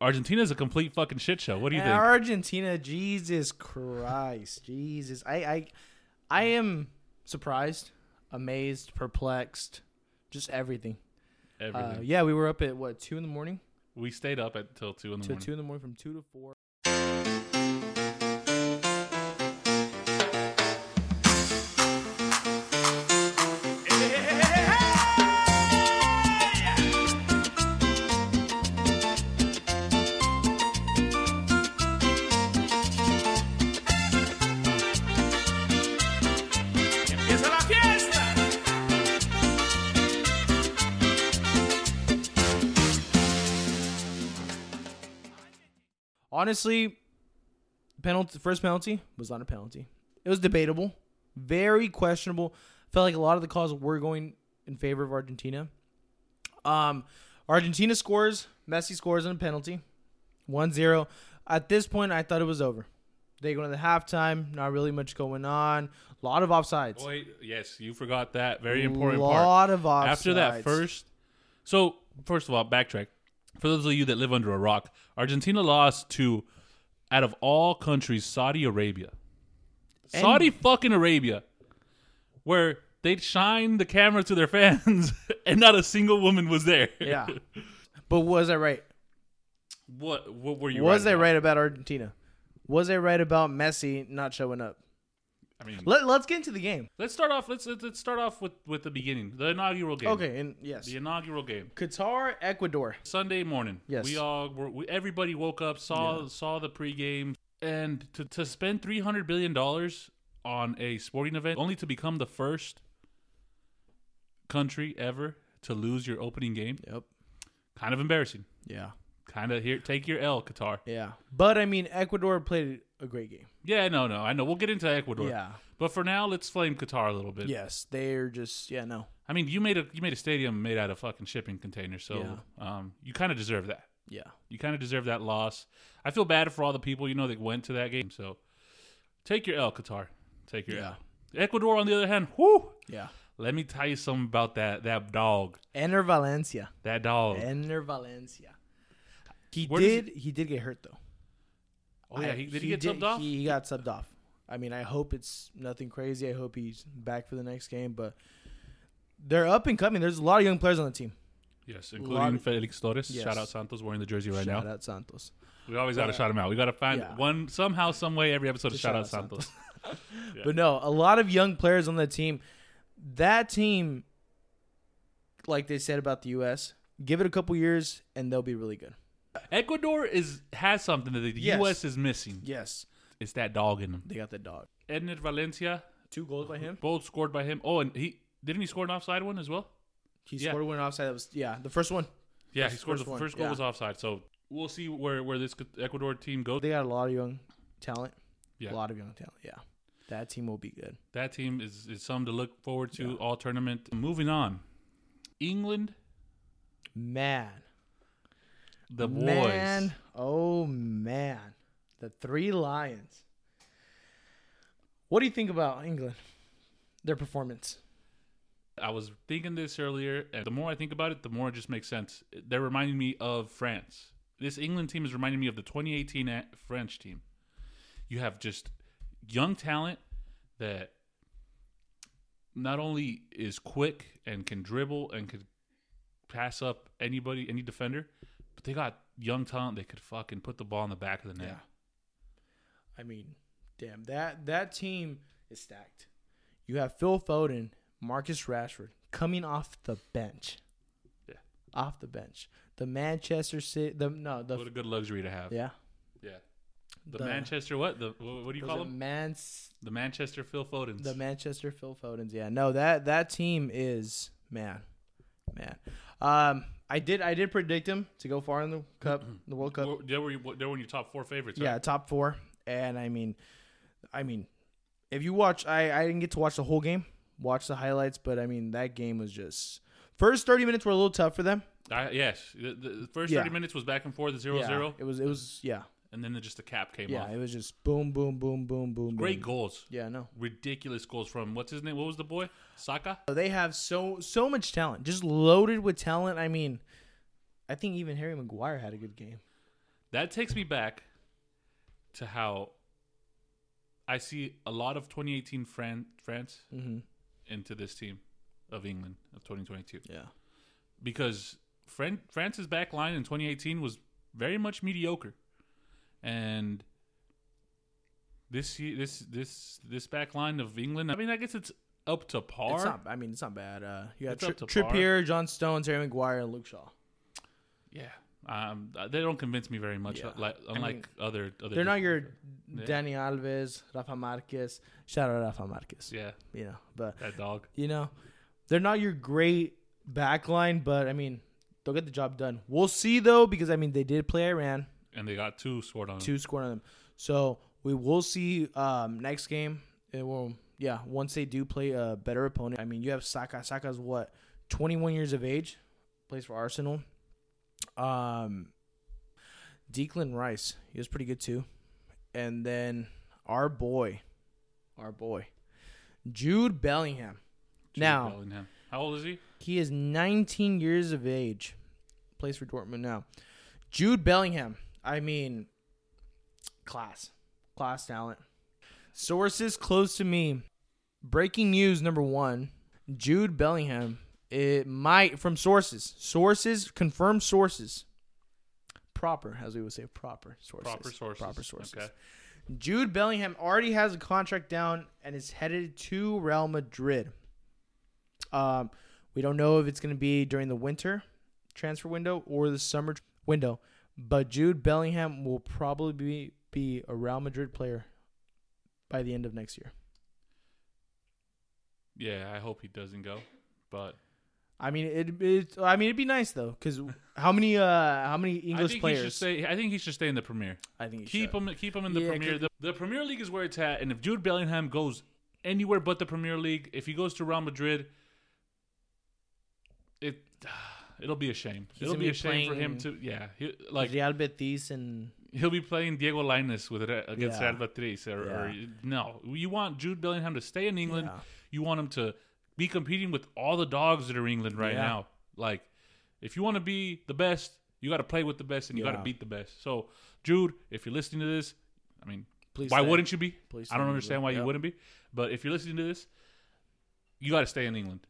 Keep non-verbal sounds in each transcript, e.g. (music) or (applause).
Argentina's a complete fucking shit show. What do you And think? Argentina, Jesus Christ, Jesus, I, I, I am surprised, amazed, perplexed, just everything. Uh, Everything. yeah, we were up at what two in the morning we stayed up until two in the till morning. two in the morning from two to four. Empieza la fiesta. Honestly, penalty first penalty was not a penalty. It was debatable, very questionable. Felt like a lot of the calls were going in favor of Argentina. Um, Argentina scores, Messi scores on a penalty, 1-0. At this point, I thought it was over. They go into the halftime, not really much going on. A lot of offsides. Wait, yes, you forgot that very important part. lot of offsides. After that first, so first of all, backtrack. For those of you that live under a rock, Argentina lost to, out of all countries, Saudi Arabia. Saudi fucking Arabia, where they shined the camera to their (laughs) fans, and not a single woman was there. (laughs) yeah. But was I right? What? What were you? was I about? right about Argentina? Was I right about Messi not showing up? I mean, Let, let's get into the game. let's start off. Let's let's let's start off with with the beginning, the inaugural game. Okay, and yes. The inaugural game. Qatar, Ecuador. Sunday morning. Yes. We all were, we, everybody woke up, saw saw the pregame, and to, to spend three hundred billion dollars on a sporting event only to become the first country ever to lose your opening game. Yep. Kind of embarrassing. Yeah. Kind of here, take your L, Qatar. Yeah. But I mean, Ecuador played a great game. Yeah, no, no, I know. We'll get into Ecuador. Yeah. But for now, let's flame Qatar a little bit. Yes, they're just yeah no. I mean, you made a you made a stadium made out of fucking shipping containers, so Yeah. um, you kind of deserve that. Yeah. You kind of deserve that loss. I feel bad for all the people you know that went to that game. So take your L, Qatar. Take your Yeah. L. Ecuador, on the other hand, whoo! Yeah. Let me tell you something about that that dog. Enter Valencia. That dog. Enter Valencia. He Oh. Where does did. He, did get hurt though. oh yeah, I- he, did he get subbed off? He, he got subbed off. I mean, I hope it's nothing crazy. I hope he's back for the next game. But they're up and coming. There's a lot of young players on the team. yes, lot including of- Felix Torres. Yes. Shout out Santos wearing the jersey right Shout now. out Santos. We always gotta shout him out. We gotta find yeah. one somehow, some way, every episode to Just shout out Santos. But no, a lot of young players on the team. That team, like they said about the U.S., give it a couple years and they'll be really good. Ecuador is has something that the Yes. US is missing. Yes, It's that dog in them. they got the dog. Edner Valencia, Two goals by him. both scored by him. Oh, and he didn't he score an offside one as well? He Yeah. scored one offside. That was yeah, the first one. Yeah, That's he the scored first the one. first goal Yeah. was offside. So we'll see where, where this Ecuador team goes. They got a lot of young talent. Yeah. a lot of young talent. Yeah, that team will be good. That team is, is something to look forward to all tournament. Moving on, England, Man, the boys. man, oh man, the three lions. What do you think about England? Their performance. I was thinking this earlier, and the more I think about it, the more it just makes sense. They're reminding me of France. This England team is reminding me of the 2018 a- French team. You have just young talent that not only is quick and can dribble and could pass up anybody, any defender, but they got young talent that could fucking put the ball in the back of the net. Yeah. I mean, damn that that team is stacked. You have Phil Foden, Marcus Rashford coming off the bench. Yeah. Off the bench. The Manchester City the no, the What a good luxury to have. yeah. Yeah. The, The- Manchester what? The what, what do you Was call it them? Mans- The Manchester Phil Fodens. the Manchester Phil Fodens. Yeah. No, that that team is man. Man. Um I did I did predict him to go far in the cup, Mm-hmm. the World Cup. Were- They were, your- they were your top four favorites. Yeah, right? top four. And I mean, I mean, if you watch, I I didn't get to watch the whole game, watch the highlights, but I mean that game was just first thirty minutes were a little tough for them. I, yes. The, the first Yeah. 30 minutes was back and forth, 0 yeah, 0, It was it was yeah and then the, just the cap came yeah off. it was just boom boom boom boom boom. Great boom. goals. Yeah, no. Ridiculous goals from what's his name? What was the boy? Saka? So They have so so much talent, just loaded with talent. I mean, I think even Harry Maguire had a good game. That takes me back to how I see a lot of 2018 Fran- France Mm-hmm. into this team of England of 2022 Yeah. because Fran- France's back line in 2018 was very much mediocre, and this ye- this this this back line of England. I mean, I guess it's up to par. It's not. I mean, it's not bad. Uh, you got It's up to Tri- par. Trippier, John Stones, Harry Maguire, and Luke Shaw. yeah, um, they don't convince me very much. Yeah. Like unlike other other, They're not your Yeah. Danny Alves, Rafa Marquez. Shout out Rafa Marquez. (laughs) yeah You know, but that dog. you know, they're not your great back line, but I mean, they'll get the job done. We'll see though, because I mean, they did play Iran, and they got two scored on. Two. two scored on them, so we will see um, next game. It will, yeah, once they do play a better opponent. I mean, you have Saka. Saka's what, 21 years of age, plays for Arsenal. Um, Declan Rice, he was pretty good too, and then our boy, our boy, Jude Bellingham. now, Bellingham. how old is he? he is 19 years of age. Plays for Dortmund now. Jude Bellingham. I mean, class. Class talent. Sources close to me. Breaking news number one Jude Bellingham. It might, from sources, sources, confirmed sources. Proper, as we would say, proper sources. Proper sources. Proper sources. Okay. Jude Bellingham already has a contract down and is headed to Real Madrid. Um, we don't know if it's going to be during the winter transfer window or the summer tr- window, but Jude Bellingham will probably be, be a Real Madrid player by the end of next year. Yeah, I hope he doesn't go. But I mean, it, it I mean, it'd be nice though, because how many uh how many I English think he should players? stay. I think he should stay in the Premier. I think he Keep should. him. Keep him in the Yeah, Premier. keep- The, the Premier League is where it's at. And if Jude Bellingham goes anywhere but the Premier League, if he goes to Real Madrid, it (sighs) it'll be a shame. it'll gonna be be a shame for him to. playing- Yeah, he, like Real Betis and he'll be playing Diego Lainez with Re- against Yeah. Real Betis. Or, or- Yeah. no, you want Jude Bellingham to stay in England. Yeah. You want him to be competing with all the dogs that are in England right Yeah. now. Like, if you want to be the best, you got to play with the best and you got Yeah. to beat the best. So, Jude, if you're listening to this, I mean, Please why stay. wouldn't you be? I Please stay don't in understand why England. you Yeah. wouldn't be. But if you're listening to this, you got to stay in England,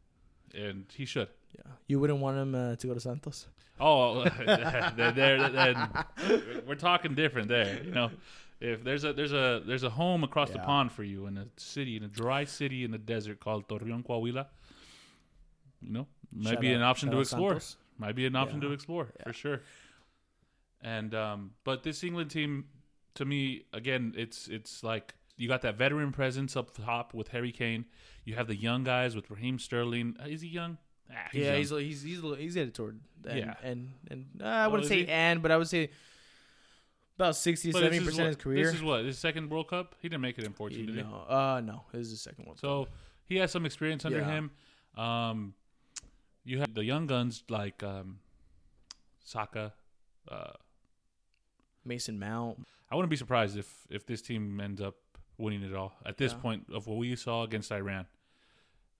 and he should. yeah, you wouldn't want him uh, to go to Santos. (laughs) Oh, there, there, then we're talking different there. You know, if there's a there's a there's a home across the Yeah. pond for you in a city in a dry city in the desert called Torreon Coahuila. You know, might Shout be out- an option shout to out explore. Santos. Might be an option Yeah. to explore Yeah. for sure. And um, but this England team, to me, again, it's it's like you got that veteran presence up top with Harry Kane. You have the young guys with Raheem Sterling. Uh, Is he young? Ah, yeah, young. he's he's he's a little- he's headed toward and, Yeah. and and uh, I wouldn't is say he? end, but I would say about 60 But this seventy is percent of his what- career. This is what his second World Cup. He didn't make it in 14, did he? no, uh, no, this is the second one. So he has some experience under Yeah. him. Um, you have the young guns like um, Saka. Uh, Mason Mount, I wouldn't be surprised if if this team ends up winning it all at this Yeah. point of what we saw against Iran.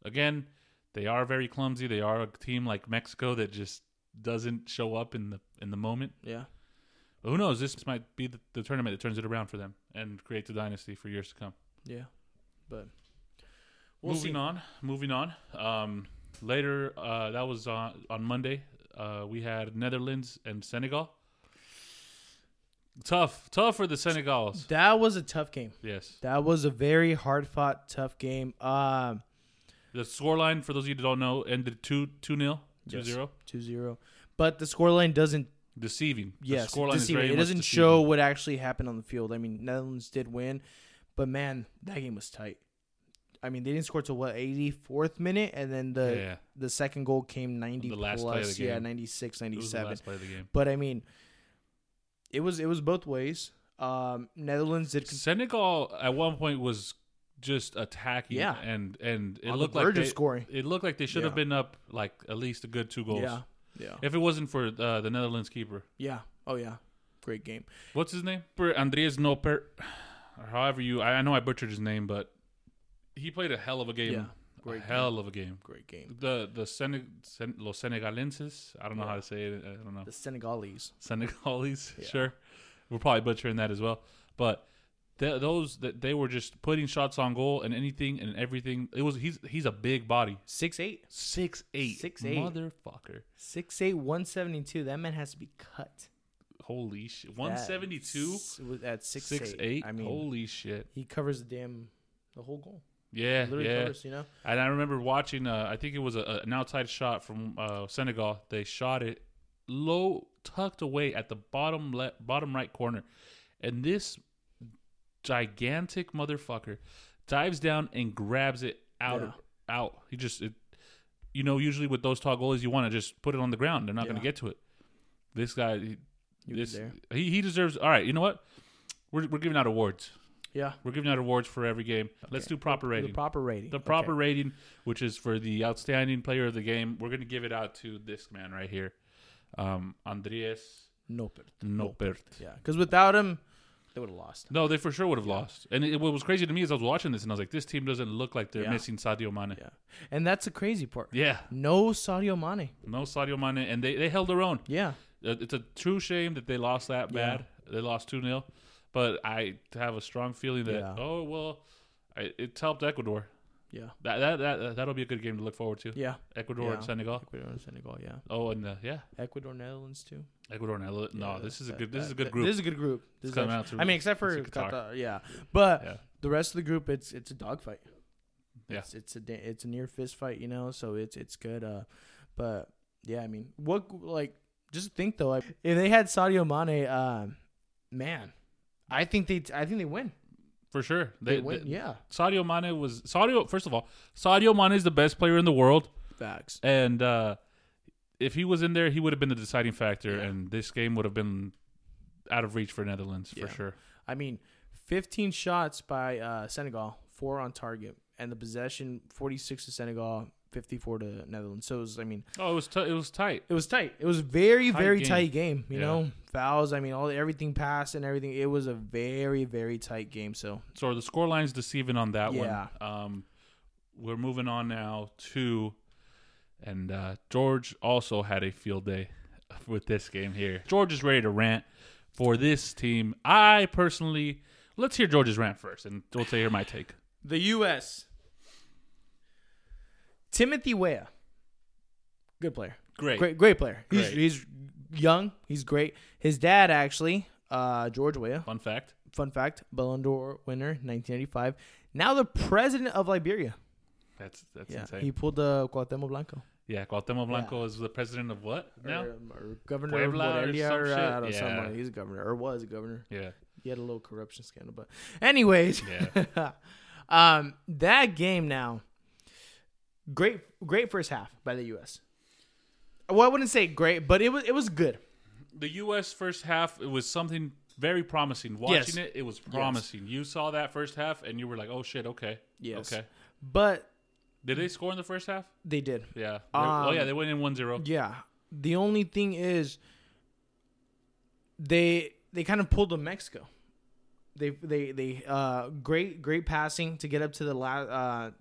Again, they are very clumsy. They are a team like Mexico that just doesn't show up in the in the moment. yeah, But who knows? This might be the, the tournament that turns it around for them and creates a dynasty for years to come. yeah, but we'll moving see. on, moving on. Um, later, uh, that was on on Monday. Uh, we had Netherlands and Senegal. Tough, tough for the Senegals. That was a tough game. Yes, That was a very hard fought, tough game. Um, the scoreline for those of you that don't know ended two two nil, two Yes. zero. 2-0. but the scoreline doesn't Deceiving. yes, the scoreline deceiving. is very it much doesn't deceiving. show what actually happened on the field. I mean, Netherlands did win, but man, that game was tight. I mean, they didn't score till what 84th minute, and then the Yeah. the second goal came 90 The last plus, play of the yeah, game. 96, It was the 97. last play of the game. But I mean, it was it was both ways. Um, Netherlands did Senegal at one point was just attacking. Yeah. and and it On the looked like verge of they- scoring. It looked like they should Yeah. have been up like at least a good two goals. yeah, yeah, If it wasn't for uh, the Netherlands keeper, yeah. Oh yeah, great game. What's his name? For Andreas Nopert, or (sighs) however you. I, I know I butchered his name, but he played a hell of a game. Yeah, a great hell of a game. Great game. The the Sen- Sen- Los Senegalenses. I don't know (laughs) how to say it. I don't know The Senegalese. Senegalese. Yeah. Sure. We're probably butchering that as well, but th- those that they were just putting shots on goal and anything and everything. It was he's he's a big body, Six eight. six eight, 6'8". motherfucker. Six eight, one seventy two. That man has to be cut. Holy shit, one seventy two, at six, six eight. eight. I mean, holy shit, he covers the damn the whole goal. yeah, Literally yeah. covers. You know. And I remember watching. Uh, I think it was a, a- an outside shot from uh, Senegal. They shot it low, tucked away at the bottom left, bottom right corner, and this gigantic motherfucker dives down and grabs it out. Yeah. Out. He just, it, you know, usually with those tall goalies, you want to just put it on the ground. They're not going Yeah. to get to it. This guy, he, He was this there. he he deserves. All right, you know what? We're we're giving out awards. Yeah. We're giving out awards for every game. Let's do proper rating. The proper rating. The Okay. proper rating, which is for the outstanding player of the game, we're going to give it out to this man right here, um, Andres Nope. Nopert. Yeah, because without him, they would have lost. No, they for sure would have lost. And it, what was crazy to me is I was watching this and I was like, this team doesn't look like they're Yeah. missing Sadio Mane. Yeah. Yeah, and that's the crazy part. No Sadio Mane. no Sadio Mane. And they, they held their own. Yeah, Uh, It's a true shame that they lost that Yeah. bad. They lost 2 0. But I have a strong feeling that, Yeah. oh, well, I, it's helped Ecuador. yeah, That, that, that, that'll be a good game to look forward to. yeah. Ecuador and Yeah. Senegal. Ecuador and Senegal. Yeah, Oh, and uh, yeah. Ecuador, Netherlands too. Ecuador and Ireland. No, Yeah, this is a that- good. This that- is a good that- group. This is a good group. This It's coming out actually- to- I mean, except for it's Qatar. Qatar, yeah, but Yeah. the rest of the group, it's it's a dogfight. Yeah. it's, it's a da- it's a near fist fight, you know. So it's it's good. Uh, but yeah, I mean, what like just think though, like, if they had Sadio Mane, um, man, I think they I think they win. for sure. They, They, win. they- yeah, Sadio Mane was Sadio. First of all, Sadio Mane is the best player in the world, facts. and uh, if he was in there, he would have been the deciding factor, Yeah. and this game would have been out of reach for Netherlands for Yeah. sure. I mean, 15 shots by uh, Senegal, four on target, and the possession 46 to Senegal, 54 to Netherlands. So it was, I mean, Oh, it was t- it was tight. it was tight. It was very, Tight very game. tight game. You Yeah. know, fouls. I mean, all everything passed and everything. It was a very, very tight game. So So the score line's deceiving on that Yeah. one. Um, we're moving on now to, and uh, George also had a field day with this game here. George is ready to rant for this team. I personally, let's hear George's rant first, and we'll tell you my take. the U.S. Timothy Weah, good player. Great. Great, great player. He's, Great. he's young. He's great. His dad actually, uh, George Weah, Fun fact. fun fact, Ballon d'Or winner, 1985. Now the president of Liberia. That's that's Yeah, insane. he pulled the Cuauhtemoc Blanco. yeah, Cuauhtemoc Blanco is the president of what now? Or, or governor Puebla or of Morelia, some or, uh, shit? I don't know, Yeah. something. He's a governor, or was a governor. yeah, He had a little corruption scandal, but anyways, (laughs) Yeah. um, that game now, great, great first half by the U.S. Well, I wouldn't say great, but it was it was good. the U.S. first half it was something very promising. Watching Yes. it, it was promising. You saw that first half, and you were like, "Oh shit, okay, Yes. okay." But Did they score in the first half? they did. Yeah. They- oh Um, yeah, they went in 1-0. Yeah. The only thing is they they kind of pulled a Mexico. They they they uh great great passing to get up to the last uh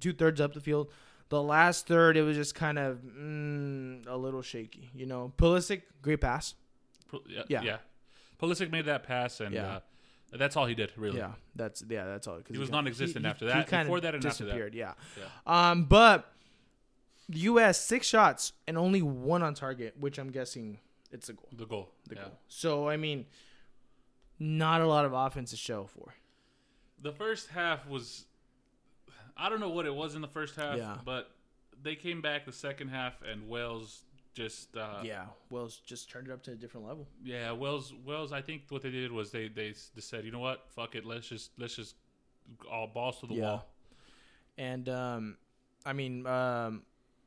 two thirds up the field. The last third it was just kind of mm, a little shaky, you know. Pulisic, great pass. Pu- Yeah. Yeah. yeah. Pulisic made that pass, and Yeah. uh, that's all he did really. Yeah, that's yeah, that's all. 'cause was kinda- non-existent after he that, kinda before that and after that. disappeared. After that. Yeah. Um, but the U.S. six shots and only one on target, which I'm guessing it's a goal. The goal. yeah. So I mean, not a lot of offense to show for. The first half was, I don't know what it was in the first half, Yeah. but they came back the second half, and Wales just uh, yeah, Wells just turned it up to a different level. Yeah, Wells. Wells. I think what they did was they they, s- they said, you know what, fuck it, let's just let's just all balls to the Yeah. wall. And um, I mean, um,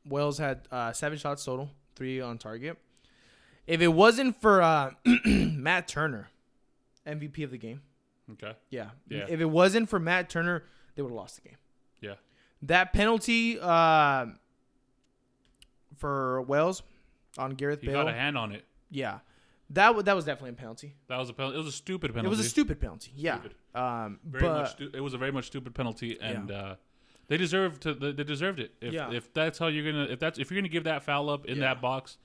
Wells had uh, seven shots total, three on target. If it wasn't for uh, (clears throat) Matt Turner, MVP of the game, Okay. yeah. Yeah. If it wasn't for Matt Turner, they would have lost the game. Yeah. That penalty uh, for Wells on Gareth He Bale, got a hand on it. yeah, that w- that was definitely a penalty. That was a penalty. It was a stupid penalty. It was a stupid penalty. Yeah. Stupid. Um, Very but much stu- it was a very much stupid penalty, and Yeah. uh, they deserved to. They they deserved it. If, Yeah. if that's how you're gonna, if that's if you're gonna give that foul up in Yeah. that box,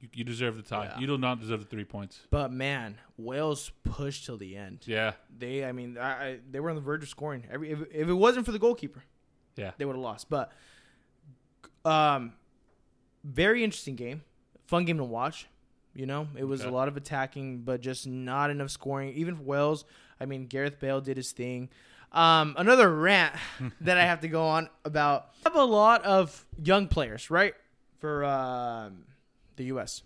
You, you deserve the tie. Yeah. You do not deserve the three points. But man, Wales pushed till the end. Yeah. They, I mean, I, I, they were on the verge of scoring. Every if, if it wasn't for the goalkeeper, Yeah. they would have lost. But, um, very interesting game, fun game to watch. You know, it was Okay. a lot of attacking, but just not enough scoring. Even for Wales, I mean, Gareth Bale did his thing. Um, another (laughs) rant that I have to go on about. I have a lot of young players, right, for um, the U.S.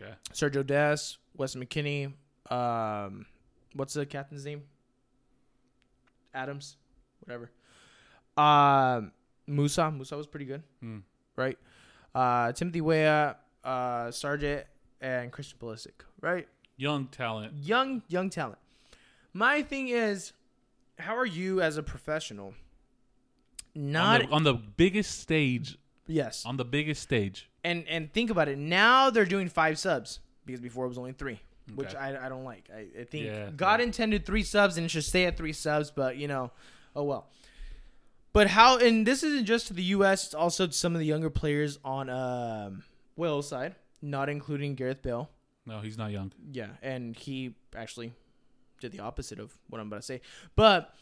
Okay. Sergio Des, Wes McKinney, um, what's the captain's name? Adams, whatever. Um, Musa, Musa was pretty good, Hmm. right? Uh, Timothy Weah, uh, Sargent, and Christian Pulisic, right? Young talent. Young, young talent. My thing is, how are you as a professional? Not on, the, on the biggest stage. yes, On the biggest stage. and and think about it now they're doing five subs because before it was only three which Okay. I, I don't like i, I think Yeah, god yeah. intended three subs and it should stay at three subs but you know oh well but how and this isn't just to the us it's also to some of the younger players on um Wales side not including gareth bale No, he's not young. yeah and he actually did the opposite of what i'm about to say but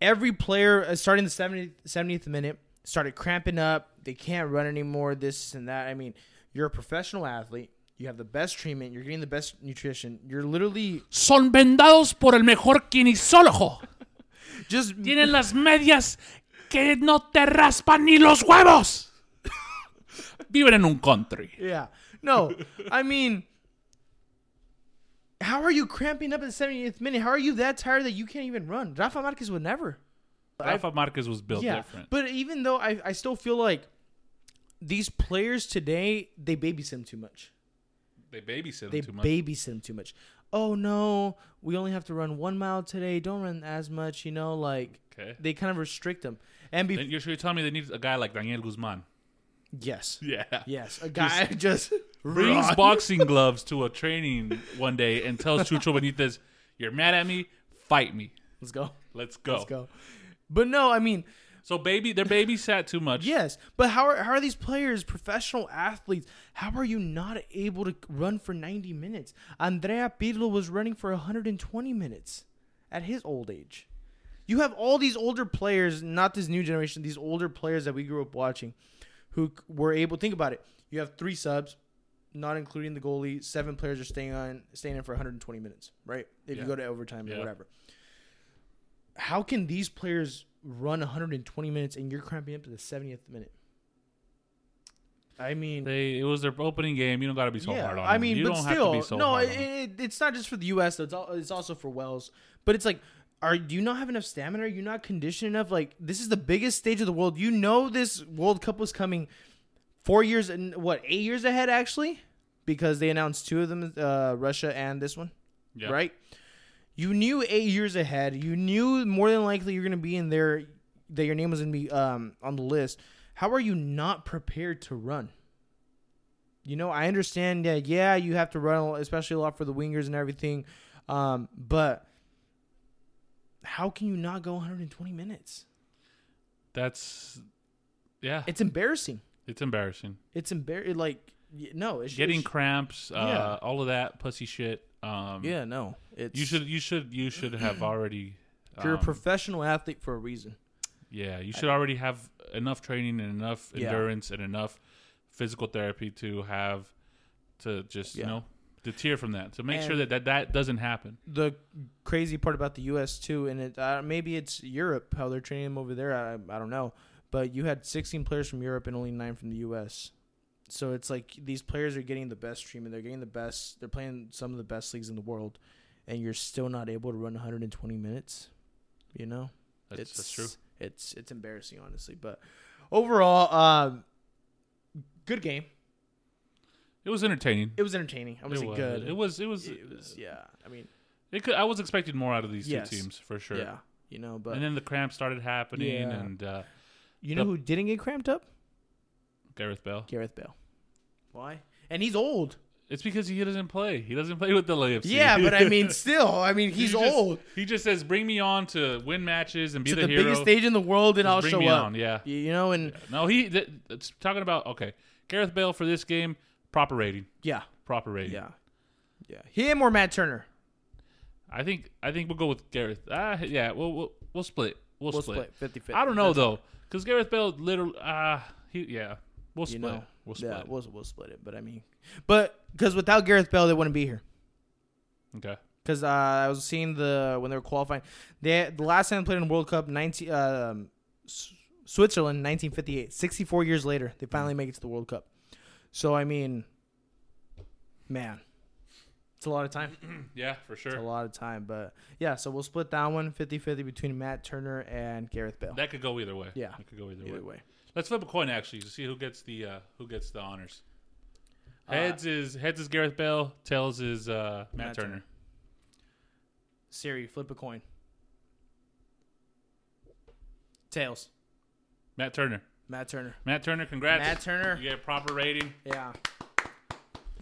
every player uh, starting the 70th, 70th minute started cramping up. They can't run anymore, this and that. I mean, you're a professional athlete. You have the best treatment. You're getting the best nutrition. You're literally Son vendados por el mejor kinesiólogo. just Tienen las medias que no te raspan ni los huevos. (laughs) Viven en un country. yeah. No, (laughs) I mean, how are you cramping up at the 70th minute? How are you that tired that you can't even run? Rafa Marquez would never. Rafa Marquez was built yeah, different. but even though I, I still feel like these players today they babysit him too much. they babysit they him too much. babysit him too much. Oh no, we only have to run one mile today. Don't run as much, you know. Like okay. they kind of restrict him. And be- And you're, you're telling me they need a guy like Daniel Guzman. yes, (laughs) Yeah. yes, (laughs) a guy (laughs) just, Brings run. (laughs) boxing gloves to a training one day and (laughs) tells Chucho Benitez, You're mad at me? Fight me. Let's go, Let's go. let's go. But no, I mean So baby, their baby sat too much. yes. But how are how are these players, professional athletes? How are you not able to run for ninety minutes? Andrea Pirlo was running for hundred and twenty minutes at his old age. You have all these older players, not this new generation, these older players that we grew up watching who c- were able think about it. You have three subs, not including the goalie, seven players are staying on staying in for 120 minutes, right? If Yeah. you go to overtime Yeah. or whatever. How can these players run 120 minutes and you're cramping up to the 70th minute? I mean, They it was their opening game. You don't got to be so yeah, hard on I them. mean, you but don't still, have to be so no, hard it, on them. it, it's not just for the U.S. though. It's all, it's also for Wales. But it's like, are do you not have enough stamina? Are you not conditioned enough? Like this is the biggest stage of the world. You know this World Cup was coming four years and what eight years ahead actually, because they announced two of them, uh, Russia and this one, Yeah. right? You knew eight years ahead. You knew more than likely you're going to be in there, that your name was going to be um, on the list. How are you not prepared to run? You know, I understand that. Yeah, you have to run, a lot- especially a lot for the wingers and everything. Um, but how can you not go 120 minutes? That's yeah. It's embarrassing. It's embarrassing. It's embarrassing. Like, y- no, it's Getting it's- cramps, uh, Yeah. all of that pussy shit. Um, yeah, no. It's You should you should you should have (clears throat) already. You're a um, professional athlete for a reason. yeah, you should already have enough training and enough Yeah. endurance and enough physical therapy to have to just you Yeah. know deter from that to make sure And- that, that that doesn't happen. the crazy part about the U.S. too, and it uh, maybe it's Europe how they're training them over there. I, I don't know, but you had 16 players from Europe and only nine from the U.S. So it's like these players are getting the best treatment. They're getting the best. They're playing some of the best leagues in the world, and you're still not able to run 120 minutes. You know, That's, that's true. It's it's embarrassing, honestly. But overall, uh, good game. It was entertaining. It was entertaining. I It was was. good. It was. It was. It was. Yeah. I mean. It could, I was expecting more out of these Yes. two teams for sure. Yeah. You know, but and then the cramps started happening, Yeah. and uh, you the- know who didn't get cramped up? Gareth Bale. Gareth Bale. Why? And he's old. It's because he doesn't play. He doesn't play with the LAFC. Yeah, (laughs) but I mean, still, I mean, He he's just- old. He just says, "Bring me on to win matches and be To the, the, hero." biggest stage in the world, and Just I'll bring show me up. on, yeah. You know, and No, he. Th- it's talking about okay, Gareth Bale for this game. Proper rating. Yeah. Proper rating. Yeah. Yeah. Him or Matt Turner? I think I think we'll go with Gareth. Ah, yeah, we'll we'll, we'll split. We'll, We'll split. split 50 50. I don't know though, because Gareth Bale literally. Ah, he yeah. We'll You split. know. We'll Yeah, split. we'll, we'll split it. But I mean, but because without Gareth Bell, they wouldn't be here. okay. Because uh, I was seeing the when they were qualifying, they the last time they played in the World Cup, nineteen um, S- Switzerland, nineteen fifty eight. Sixty four years later, they finally make it to the World Cup. So I mean, man, it's a lot of time. Yeah, for It's a sure. lot of time. But yeah, so we'll split that one 50-50 between Matt Turner and Gareth Bale. That could go either way. Yeah. That could go either, Either way. way, Let's flip a coin actually to see who gets the uh, who gets the honors. Uh, Heads is heads is Gareth Bale. Tails is uh, Matt, Matt Turner. Turner. Siri, flip a coin. Tails, Matt Turner. Matt Turner. Matt Turner. Congrats. Matt Turner. You get a proper rating. Yeah.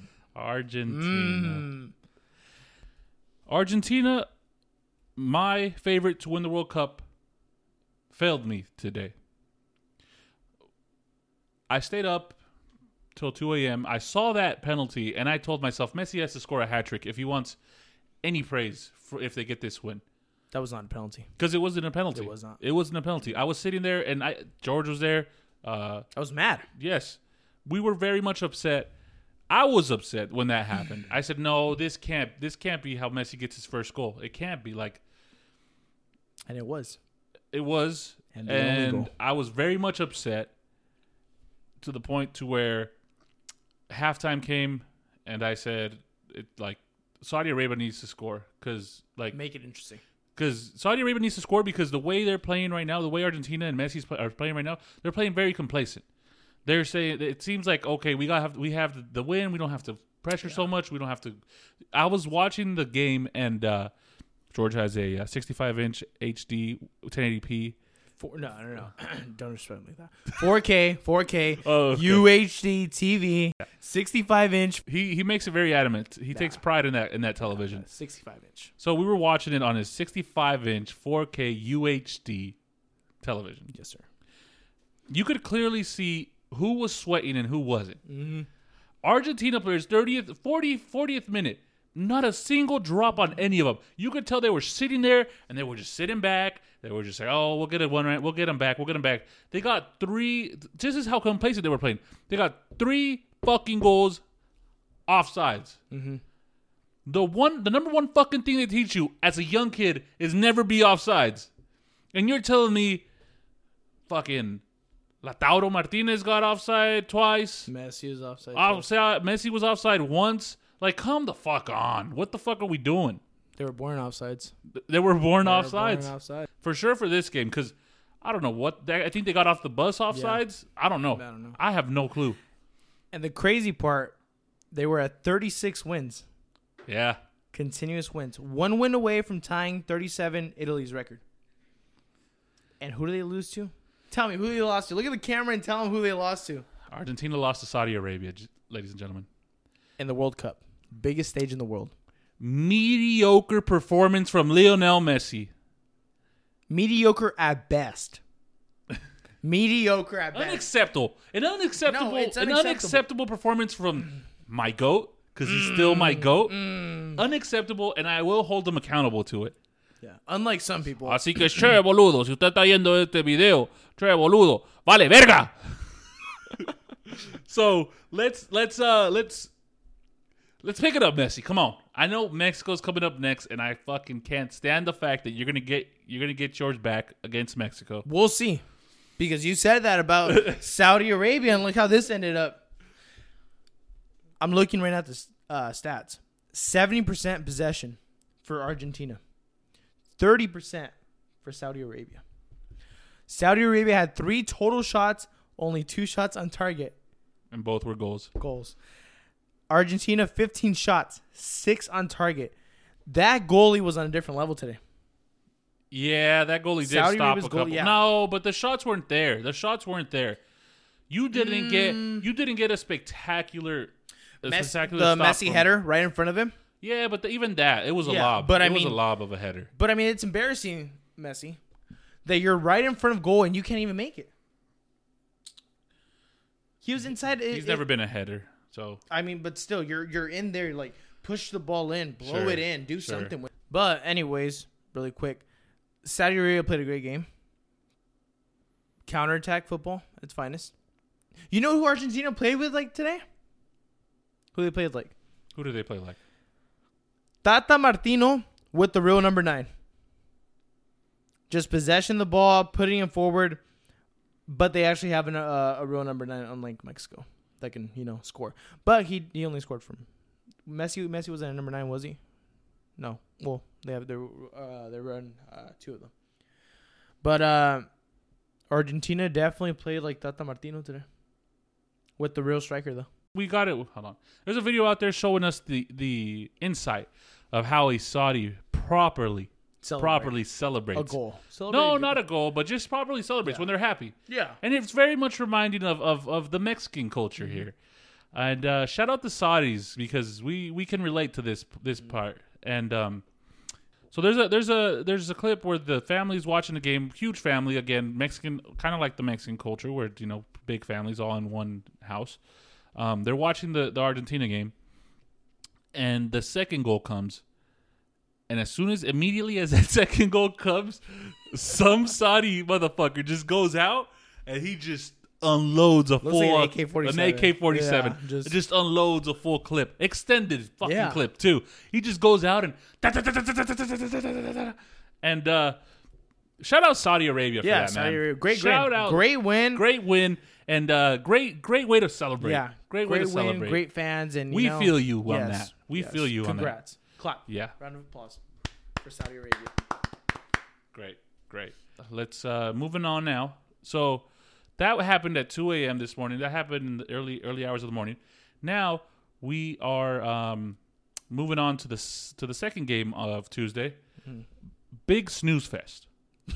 Mm. Argentina. Argentina, my favorite to win the World Cup, failed me today. I stayed up till 2 a.m. I saw that penalty and I told myself Messi has to score a hat trick if he wants any praise for if they get this win. That was not a penalty. Because it wasn't a penalty. It was not. It wasn't a penalty. I was sitting there and I George was there. Uh, I was mad. yes, we were very much upset. I was upset when that happened. I said, "No, this can't. This can't be how Messi gets his first goal. It can't be like And it was. it was." And, And the only goal. I was very much upset to the point to where halftime came, and I said, "It like Saudi Arabia needs to score because like Make it interesting. because Saudi Arabia needs to score because the way they're playing right now, the way Argentina and Messi's play, are playing right now, they're playing very complacent. They're saying it seems like okay, we got have we have the win, we don't have to pressure so much, we don't have to. I was watching the game and uh, George has a uh, 65 inch HD 1080p. Four, no, no, (clears throat) no. Don't respect me like that. 4K, (laughs) 4K, Oh, okay. UHD TV, 65 inch, He he makes it very adamant. He takes pride in that in that television. 65 inch. So we were watching it on his 65 inch 4K UHD television. Yes, sir. you could clearly see who was sweating and who wasn't. Argentina players, 30th, 40, 40th minute, not a single drop on any of them. You could tell they were sitting there and they were just sitting back. They were just like, oh, we'll get it one right. We'll get them back. We'll get them back. They got three. This is how complacent they were playing. They got three fucking goals offsides. The one, the number one fucking thing they teach you as a young kid is never be offsides. And you're telling me, fucking Lautaro Martinez got offside twice. Messi is offside. Offside. Messi was offside once. Like, come the fuck on. What the fuck are we doing? They were born offsides. Th- They were born They were offsides Born offside. for sure for this game because I don't know what they, I think they got off the bus offsides. I don't know. I don't know. have no clue. And the crazy part, they were at 36 wins, Yeah, continuous wins. One win away from tying 37 Italy's record. And who do they lose to? Tell me who they lost to. Look at the camera and tell them who they lost to. Argentina lost to Saudi Arabia, j- ladies and gentlemen. In the World Cup, biggest stage in the world. Mediocre performance from Lionel Messi. mediocre at (laughs) best. mediocre at best. Unacceptable. An unacceptable. No, it's An unacceptable. unacceptable performance from my goat because he's still Mm, my goat. Unacceptable, and I will hold him accountable to it. yeah. Unlike some people. Así que, che, boludo, si usted está viendo este video, che, boludo, vale, verga. (laughs) so let's let's uh let's let's pick it up, Messi. Come on. I know Mexico's coming up next, and I fucking can't stand the fact that you're gonna get you're gonna get yours back against Mexico. we'll see. Because you said that (laughs) about Saudi Arabia and look how this ended up. I'm looking right at the s- uh, stats 70% possession for Argentina, 30% for Saudi Arabia. Saudi Arabia had three total shots, only two shots on target. And both were goals. goals. Argentina 15 shots, 6 on target. That goalie was on a different level today. Yeah, that goalie did Saudi stop Arabia's a goal- couple. yeah. No, but the shots weren't there. The shots weren't there. You didn't get you didn't get a spectacular a spectacular Mm. the stop messy from- header right in front of him. Yeah, but the, even that it was a Yeah, lob. but it I was mean- a lob of a header. But I mean, it's embarrassing, Messi, that you're right in front of goal and you can't even make it. He was inside. He's never been a header. So I mean, but still, you're you're in there, like push the ball in, blow Sure, it in, do sure. something. With- but anyways, really quick, Saudi Arabia played a great game. Counterattack football, its finest. You know who Argentina played with like today? Who they played like? who do they play like? Tata Martino with the real number nine. Just possession of the ball, putting it forward, but they actually have an, uh, a real number nine, unlike Mexico, that can you know score. But he he only scored from Messi. Messi was at number nine, was he? No. Well, they have their uh, they run uh, two of them, but uh, Argentina definitely played like Tata Martino today, with the real striker though. We got it. Hold on. There's a video out there showing us the the insight of how a Saudi properly Celebrate. properly celebrates a goal. No, not a goal, but just properly celebrates when they're happy. yeah. And it's very much reminding of, of, of the Mexican culture here. And uh, shout out the Saudis because we, we can relate to this this part. And um, so there's a there's a there's a clip where the family's watching the game, huge family again, Mexican, kind of like the Mexican culture where you know big families all in one house. Um, they're watching the the Argentina game, and the second goal comes, and as soon as immediately as that second goal comes, some Saudi motherfucker just goes out and he just unloads a like full an AK-47. AK forty seven. Yeah, just- Just unloads a full clip. Extended fucking Yeah. clip too. He just goes out and da-da-da-da-da-da-da-da-da-da-da-da. and uh shout out Saudi Arabia for Yeah, that, Saudi man. Arabia. Great, shout win. out great win. great win and uh great great way to celebrate. yeah, Great, way to celebrate. Great fans, and you We know- feel you on that. We feel you on that. Congrats. Clap. Yeah. Round of applause for Saudi Arabia. Great, great. Let's uh moving on now. So that happened at 2 a.m. this morning. That happened in the early early hours of the morning. Now we are um moving on to the s- to the second game of Tuesday. Hmm. Big snooze fest. (laughs)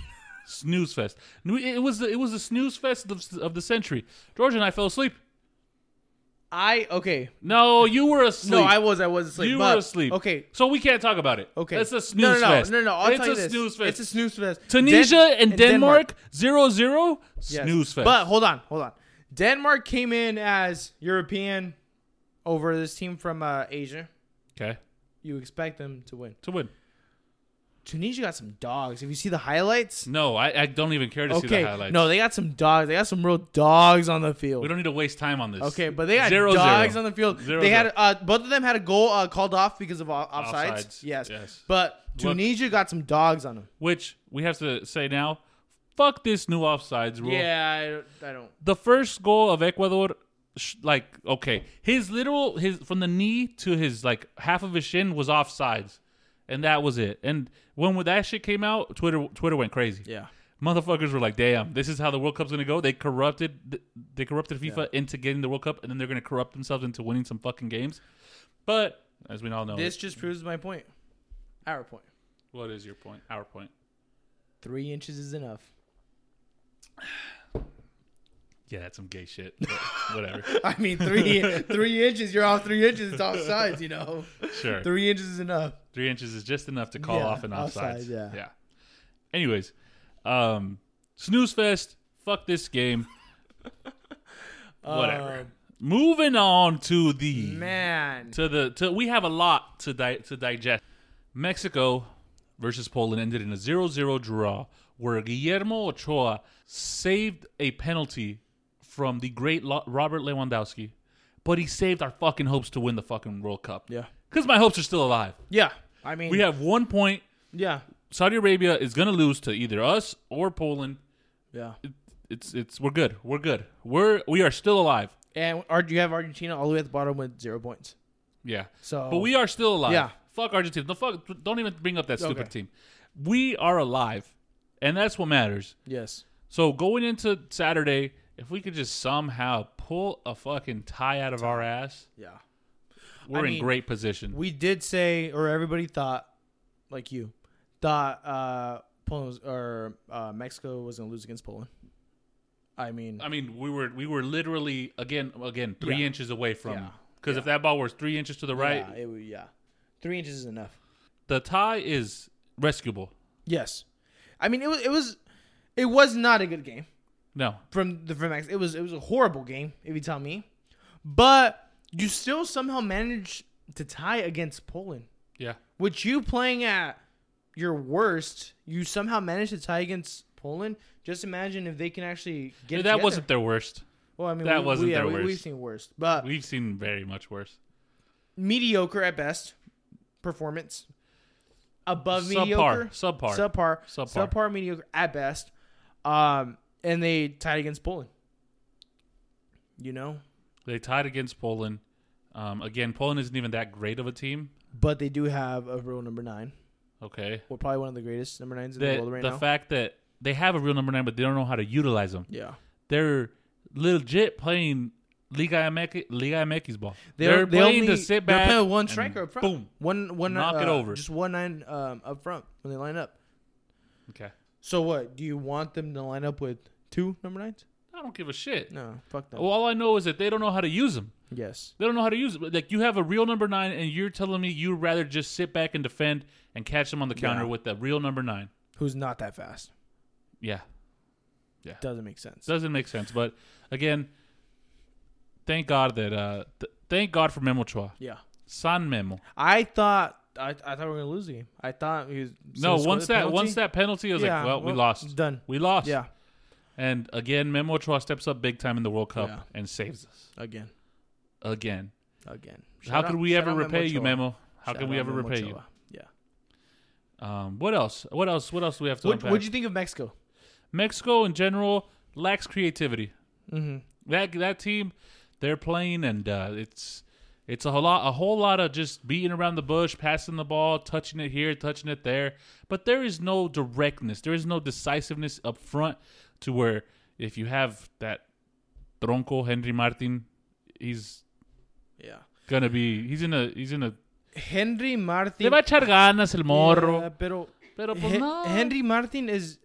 snooze fest. And we- It was the, it was the snooze fest of, of the century. George and I fell asleep. I okay. No, you were asleep. No, I was. I was asleep. you but- were asleep. Okay. So we can't talk about it. Okay. It's a snooze no, no, no, fest. No, no, no. I'll it's tell you a this. snooze fest. It's a snooze fest. Tunisia Den- and Denmark, zero zero Yes. snooze fest. But hold on, hold on. Denmark came in as European over this team from uh, Asia. okay, You expect them to win. to win. Tunisia got some dogs. If you see the highlights, No, I, I don't even care to see okay. the highlights. No, they got some dogs. They got some real dogs on the field. we don't need to waste time on this. Okay, but they had Zero, dogs zero. on the field. Zero, they zero. had uh, both of them had a goal uh, called off because of off- offsides. Offsides, Yes. yes. but Look- Tunisia got some dogs on them. which we have to say now. Fuck this new offsides rule. Yeah, I, I don't. The first goal of Ecuador, sh- like okay, his literal his from the knee to his like half of his shin was offsides, and that was it. And when that shit came out, Twitter Twitter went crazy. Yeah, motherfuckers were like, "Damn, this is how the World Cup's gonna go." They corrupted, they corrupted FIFA into getting the World Cup, and then they're gonna corrupt themselves into winning some fucking games. But as we all know, this just proves my point. Our point. what is your point? Our point. Three inches is enough. Yeah, that's some gay shit. but (laughs) whatever. (laughs) I mean, three (laughs) three inches. You're off three inches. It's offsides. You know, (laughs) Sure. Three, three inches is enough. inches is just enough to call Yeah, off an offside, offside. yeah. Yeah. Anyways, um, snooze fest. Fuck this (laughs) game. Uh, Whatever. Moving on to the Oh, Man, to the to we have a lot to di- to digest. Mexico versus Poland ended in a 0-0 draw where Guillermo Ochoa saved a penalty from the great Lo- Robert Lewandowski, but he saved our fucking hopes to win the fucking World Cup. Yeah. Cuz my hopes are still alive. yeah. I mean, We have 1 point. yeah, Saudi Arabia is going to lose to either us or Poland. yeah. It's it's we're good. We're good. We're we are still alive. And Ar- you have Argentina all the way at the bottom with zero points. Yeah. So- but we are still alive. Yeah. Fuck Argentina. The fuck. Don't even bring up that stupid Okay. team. We are alive, and that's what matters. Yes. So going into Saturday, if we could just somehow pull a fucking tie out of our ass, Yeah. we're in mean, great position. we did say, or everybody thought, like you, thought uh, Poland was, or uh, Mexico was going to lose against Poland. I mean, I mean, we were we were literally again again three Yeah. inches away from Yeah. because if that ball was three inches to the right, yeah, it, would- yeah, three inches is enough. the tie is rescuable. Yes, I mean it was it was it was not a good game No, from the from Mexico. It was it was a horrible game if you tell me, but you still somehow managed to tie against Poland, Yeah. which you playing at your worst, you somehow managed to tie against Poland. Just imagine if they can actually get. That it together. wasn't their worst. Well, I mean, that we, wasn't we, yeah, their we, worst. We've seen worse, but We've seen very much worse. mediocre at best performance. Above mediocre, Subpar. Subpar. subpar, Subpar. subpar, mediocre at best. Um, and they tied against Poland. You know, they tied against Poland. Um, again, Poland isn't even that great of a team. but they do have a real number nine. Okay. Well, probably one of the greatest number nines in the, The, world right the now. fact that they have a real number nine, but they don't know how to utilize them. yeah, They're legit playing Liga MX, Liga MX ball. They They're, are- they playing only- to sit they're back. playing one and striker up front. Boom. one one Knock it uh, over. Just one nine um, up front when they line up. Okay. So what do you want them to line up with? Two number nines? I don't give a shit. No, fuck them. Well, all I know is that they don't know how to use them. yes. They don't know how to use it. Like you have a real number nine, and you're telling me you'd rather just sit back and defend and catch them on the counter Yeah. with the real number nine. Who's not that fast? Yeah, Doesn't make sense. doesn't make sense. But again, thank God that uh, th- thank God for Memo Chua. Yeah. San Memo. I thought I, I thought we were gonna lose the game. I thought he was No, so score once the that penalty? once that penalty, I was Yeah, like, well, we well, lost. done. We lost. yeah And again, Memo Chua steps up big time in the World Cup Yeah. and saves us again again. again. How Shout could out- we shout ever out repay you, Ochoa. Memo? How Shout can we out ever Memo repay you? Ochoa. Yeah. Um, what else? What else? What else do we have to What unpack? would you think of Mexico? Mexico in general lacks creativity. Mm-hmm. That that team, they're playing, and uh, it's it's a whole lot a whole lot of just beating around the bush, passing the ball, touching it here, touching it there. But there is no directness. There is no decisiveness up front to where if you have that Tronco Henry Martin, he's Yeah. gonna be he's in a he's in a. Henry Martin. Le va a echar ganas el morro. Yeah, pero Pero pues Hen- no. Henry Martin is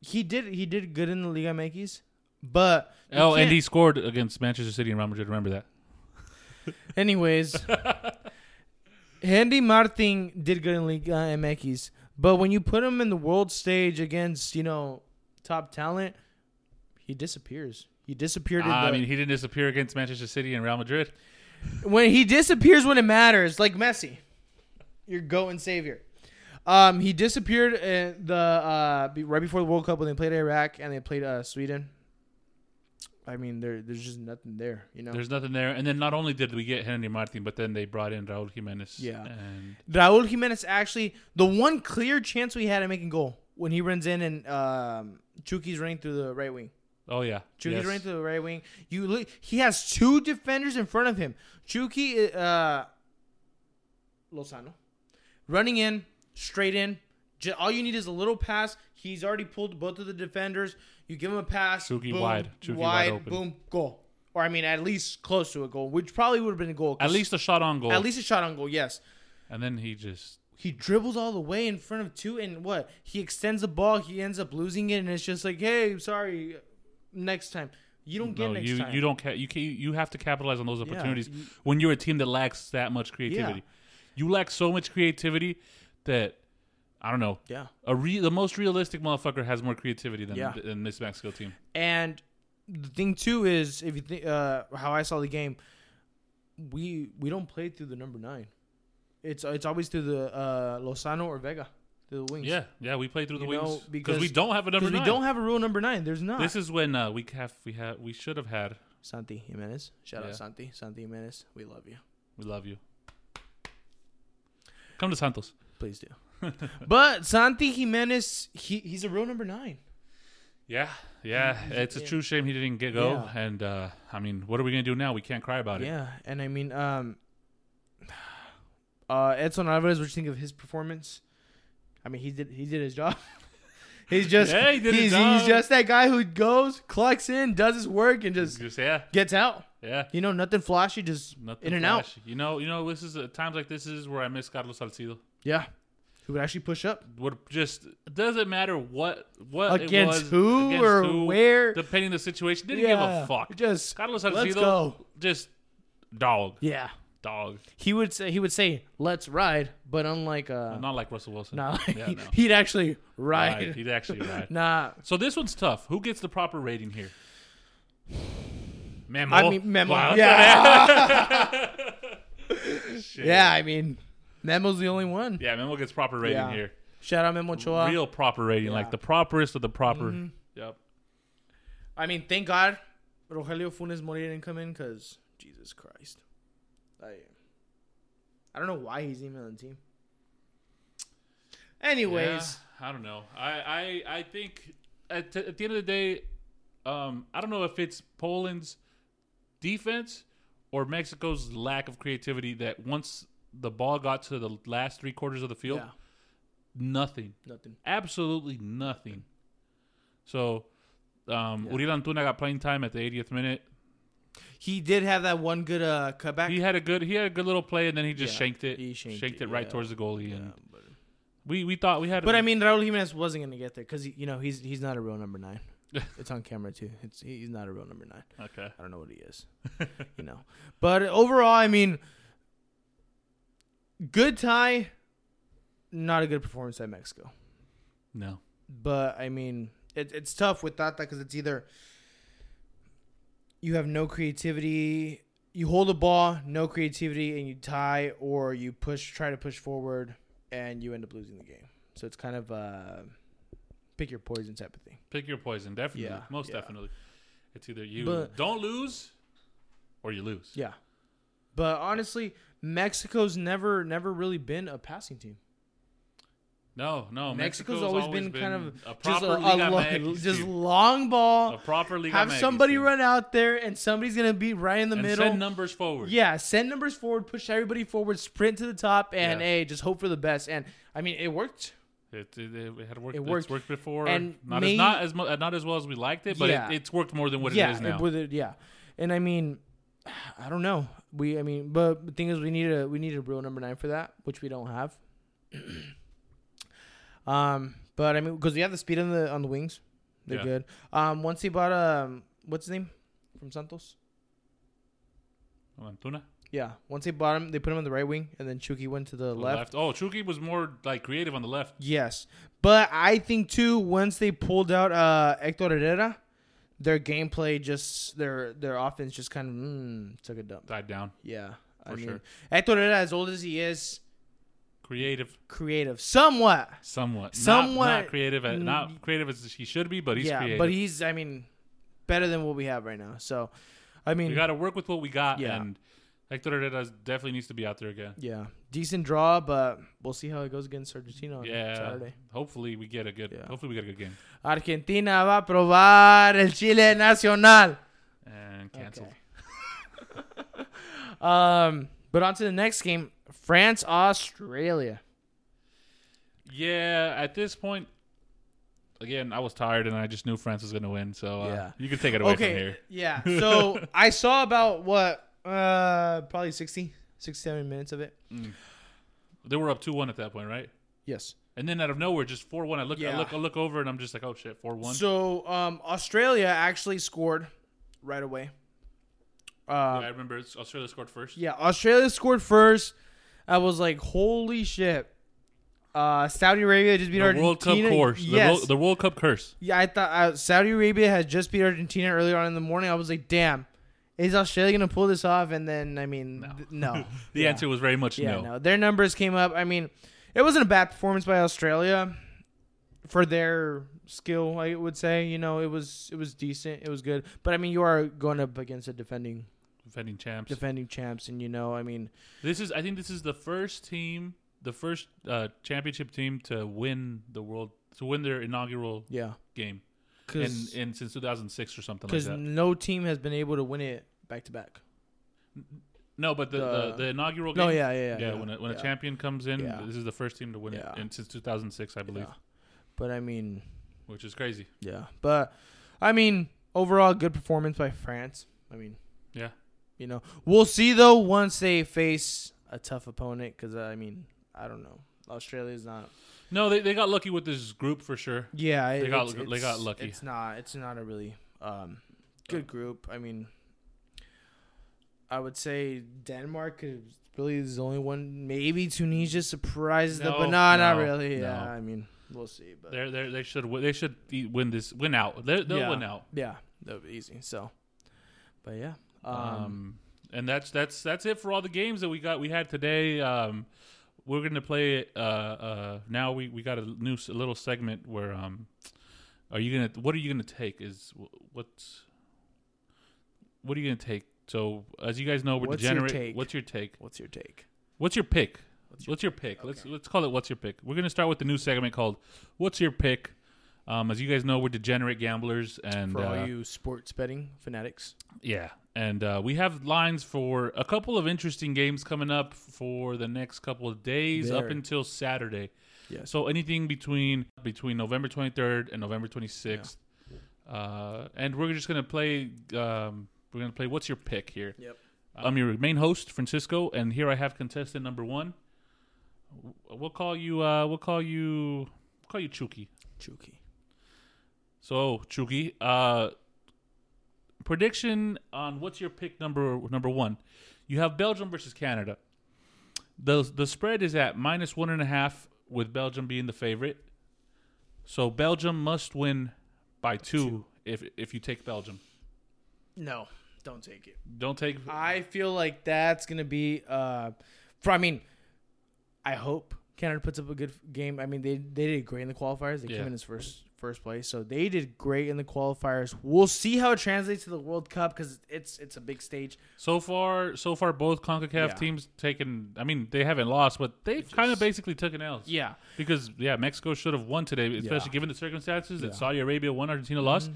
he did he did good in the Liga MX, but you Oh, and can't- he scored against Manchester City and Real Madrid. Remember that. (laughs) Anyways, Henry Martin did good in Liga MX, but when you put him in the world stage against you know top talent, he disappears. He disappeared. In Ah, I the- mean, he didn't disappear against Manchester City and Real Madrid. when he disappears when it matters, like Messi, your go and savior. Um, he disappeared in the uh, be- right before the World Cup when they played Iraq and they played uh, Sweden. I mean, there there's just nothing there, you know. There's nothing there. And then not only did we get Henry Martin, but then they brought in Raul Jimenez. Yeah. And Raul Jimenez actually the one clear chance we had at making goal when he runs in and um, Chuki's running through the right wing. oh yeah. Chuki's Yes. running through the right wing. You look, he has two defenders in front of him. Chuki uh, Lozano running in straight in. Ju- All you need is a little pass. He's already pulled both of the defenders. You give him a pass. Chuki boom, wide. Chuki wide open. Boom, goal. Or I mean, at least close to a goal, which probably would have been a goal. 'cause- At least a shot on goal. at least a shot on goal. Yes And then he just he dribbles all the way in front of two and what he extends the ball he ends up losing it and it's just like hey sorry next time you don't get no, next you time you don't ca- you can you have to capitalize on those opportunities you- when you're a team that lacks that much creativity. You lack so much creativity that I don't know. yeah A re- the most realistic motherfucker has more creativity than, Yeah. than this Mexico team. and the thing too is if you think uh how i saw the game we we don't play through the number nine it's it's always through the uh lozano or vega through the wings Yeah, yeah, we play through the You know, wings because because- we don't have a number because we nine. don't have a real number nine there's not this is when uh, we have we have we should have had. santi jimenez shout Yeah. out santi santi jimenez we love you We love you. Come to Santos. please do (laughs) but santi jimenez he he's a real number nine Yeah, yeah. It's a true shame he didn't get go. Yeah. And uh, I mean, what are we gonna do now? We can't cry about it. Yeah, and I mean, um, (sighs) uh, Edson Alvarez. What you think of his performance? I mean, he did he did his job. (laughs) he's just Yeah, he did his he's, job. he's just that guy who goes, clucks in, does his work, and just Just yeah, gets out. yeah. You know, nothing flashy, just Nothing in and out. flashy. You know, you know. This is uh, times like this is where I miss Carlos Salcido. Yeah, who would actually push up Would just doesn't matter what what it against was, who against or who, where? depending on the situation. Didn't give Yeah, a fuck. Just Carlos Salcido, let's go. just dog, Yeah, dog. he would say he would say let's ride, but unlike uh, Not like Russell Wilson. (laughs) not yeah, no. he'd actually Right, ride. He'd actually right. Nah, So this one's tough. Who gets the proper rating here? Memo. I mean, memo. Wow. (laughs) Yeah. Shit. Yeah, I mean, Memo's the only one. Yeah, Memo gets proper rating Yeah. here. Shout out Memo Choa. Real proper rating, like the properest of the proper. Mm-hmm. Yep. I mean, thank God Rogelio Funes Mori didn't come in because Jesus Christ. I, I don't know why he's even on the team. Anyways, Yeah, I don't know. I I, I think at, t- at the end of the day, um, I don't know if it's Poland's defense or Mexico's lack of creativity that once the ball got to the last three quarters of the field, Yeah. nothing, nothing. absolutely nothing. So. Um, Uriel Antuna got playing time at the 80th minute. He did have that one good uh, cutback. He had a good, he had a good little play, and then he just Yeah, shanked it, he shanked it, right yeah. towards the goalie. And but, we we thought we had, I mean, Raul Jimenez wasn't going to get there because you know he's he's not a real number nine. it's on camera too. It's he's not a real number nine. okay, I don't know what he is, (laughs) you know. But overall, I mean, good tie, not a good performance at Mexico. no, But I mean, it, it's tough with Tata because it's either you have no creativity, you hold the ball, no creativity, and you tie, or you push, try to push forward, and you end up losing the game. So it's kind of uh, pick your poison type of thing. Pick your poison, definitely. Yeah, Most yeah. definitely. It's either you But- don't lose or you lose. Yeah, but honestly, Mexico's never, never really been a passing team. No, no. Mexico's, always, been, kind of a just proper a, a Liga lo- MX (laughs) just team. long a ball. proper Liga Have MX somebody team. run out there, and somebody's gonna be right in the and middle. send numbers forward. Yeah, send numbers forward, push everybody forward, sprint to the top, and Yeah. hey, just hope for the best. And I mean, it worked. It, it, it had worked. It worked. It's worked before, And not may- as not as mu- uh, not as well as we liked it, but Yeah. it, it's worked more than what yeah, it is now. with it, yeah. And I mean, I don't know. We, I mean, but the thing is, we need a we need a real number nine for that, which we don't have. (clears throat) um, but I mean, because we have the speed on the on the wings, they're Yeah. good. Um, once he bought um, what's his name from Santos? Antuna Yeah, once they bought him, they put him on the right wing, and then Chucky went to the On the left. Oh, Chucky was more like creative on the left. Yes, but I think too once they pulled out uh Hector Herrera, their gameplay just their their offense just kind of mm, took a dump. Died down. Yeah, I For mean, sure. Hector Herrera, as old as he is, Creative, creative somewhat. somewhat. Not- Somewhat- Not, creative. At, Mm. not creative as he should be, but he's yeah, creative. but he's I mean better than what we have right now. So, I mean, We got to work with what we got, Yeah. and Hector Herrera definitely needs to be out there again. yeah, decent draw, but we'll see how it goes against Argentina on Yeah, Saturday. hopefully we get a good. Yeah. Hopefully we get a good game. Argentina va a probar el Chile nacional. And canceled. (laughs) Um, but on to the next game, France Australia. Yeah, at this point, again, I was tired and I just knew France was going to win. So uh, Yeah. you can take it away from Okay. here. (laughs) Yeah. So I saw about what uh probably 60, 67 minutes of it. They were up two one at that point, right? Yes. And then out of nowhere, just four one. I look, Yeah. I look, I look over, and I'm just like, oh shit, four one. So um Australia actually scored right away. I Uh remember it's- Australia scored first. yeah, Australia scored first. I was like, holy shit. Uh Saudi Arabia just beat The Argentina. World Cup curse. The, Yes. World, the World Cup curse. Yeah, I thought uh, Saudi Arabia had just beat Argentina earlier on in the morning. I was like, damn, is Australia going to pull this off? And then, I mean, th- no. (laughs) The answer was very much yeah, no. no. Their numbers came up. I mean, it wasn't a bad performance by Australia for their skill, I would say. You know, it was it was decent. It was good. But, I mean, you are going up against a defending Defending champs. defending champs. And, you know, I mean, This is, I think, this is the first team, the first uh, championship team to win the world, to win their inaugural yeah. game, and Because and since 2006 or something like that. no team has been able to win it back to back. No, but the the, the- the, inaugural game. No, yeah, yeah, yeah, yeah, when a, when yeah. a champion comes in, Yeah. this is the first team to win Yeah. it, and since 2006, I believe, Yeah. But, I mean,. which is crazy. Yeah, but I mean, overall, good performance by France. I mean, Yeah, you know, we'll see though once they face a tough opponent. Because I mean, I don't know, Australia's not. no, they, they got lucky with this group for sure. Yeah, They got- it's- they it's- got lucky. It's not. It's not a really um, good group. I mean, I would say Denmark is really is the only one. Maybe Tunisia surprises them, but No, nah, not no, really. no. Yeah, I mean, we'll see. But They're, they're, they should wi- they should e- win this win out. They're, they'll Yeah. win out. Yeah, that would be easy. So, But yeah. Um, Um, and that's that's that's it for all the games that we got we had today. Um, we're gonna play. Uh, uh, now we we got a new s- little segment where um, are you gonna what are you gonna take is wh- what's what are you gonna take? So as you guys know, we're What's your degenerate. take? What's your take? what's your take? What's your pick? What's your, pick? Let's let's call it what's your pick. We're gonna start with the new segment called "What's Your Pick." Um, as you guys know, we're degenerate gamblers, and For uh, all you sports betting fanatics. yeah, and uh, we have lines for a couple of interesting games coming up for the next couple of days up Very. until Saturday. Yes. So anything between between November 23rd and November 26th, uh, and we're just gonna play. Um, we're gonna play. What's your pick here? Yep. I'm your main host, Francisco, and here I have contestant number one. W- We'll call you. Uh, we'll call you. We'll call you Chucky. Chuki. So Chucky, uh, prediction on what's your pick number number one? You have Belgium versus Canada. the The spread is at minus one and a half, with Belgium being the favorite. So Belgium must win by two, if if you take Belgium. No, don't take it. Don't take. I feel like that's gonna be. Uh, for I mean, I hope Canada puts up a good game. I mean, they they did great in the qualifiers. They Yeah. came in as first first place, so they did great in the qualifiers. We'll see how it translates to the World Cup because it's it's a big stage. So far, so far, both Concacaf Yeah. teams taken. I mean, they haven't lost, but they've kind of basically took an L. Yeah, because yeah, Mexico should have won today, especially Yeah. given the circumstances that Yeah. Mm-hmm. Saudi Arabia won, Argentina lost.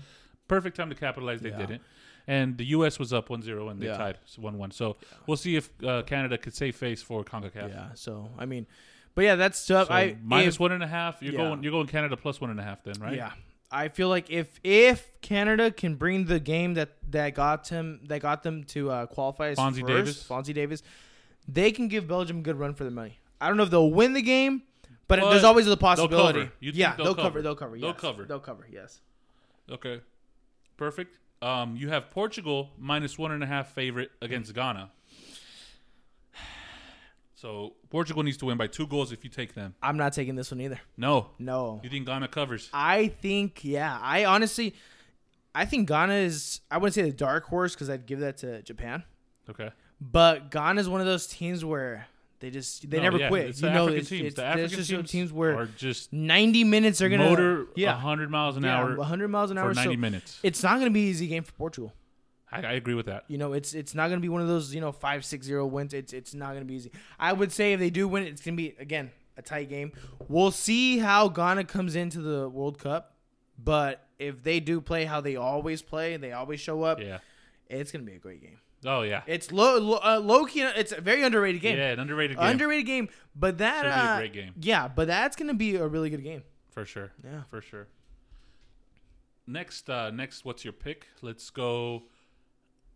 Perfect time to capitalize. They Yeah. didn't, and the U.S. was up 1-0 and they Yeah. tied one one. So we'll see if uh, Canada could save face for Concacaf. yeah. So I mean, but yeah, that's tough. So I minus if- one and a half. You're Yeah. going. You're going Canada plus one and a half. Then right? Yeah. I feel like if if Canada can bring the game that that got them that got them to uh, qualify as Fonzie first, Davis. Fonzie Davis, they can give Belgium a good run for their money. I don't know if they'll win the game, but, But there's always the cover. possibility. You think yeah, they'll they'll, cover. cover. They'll cover. Yes. They'll cover. They'll cover. Yes. Okay. Perfect. Um, you have Portugal minus one and a half favorite Mm. against Ghana. (sighs) So Portugal needs to win by two goals if you take them. I'm not taking this one either. No. No. You think Ghana covers? I think yeah. I honestly, I think Ghana is. I wouldn't say the dark horse because I'd give that to Japan. Okay. But Ghana is one of those teams where they just they No, never yeah, quit. It's you the know, African it's, teams. it's- the there's African just teams those teams where are just 90 minutes are gonna motor yeah, 100 miles an yeah, hour 100 miles an hour for 90 so minutes. it's not gonna be an easy game for portugal I, I agree with that. you know it's it's not gonna be one of those you know 5-6-0 wins it's it's not gonna be easy i would say if they do win it, it's gonna be again a tight game we'll see how ghana comes into the world cup but if they do play how they always play they always show up Yeah. it's gonna be a great game Oh, yeah. it's low, low uh, low key it's a very underrated game Yeah, an underrated game. underrated game but Should that be a uh, great game. yeah but that's gonna be a really good game For sure. Yeah. For sure. Next, uh, next, what's your pick? Let's go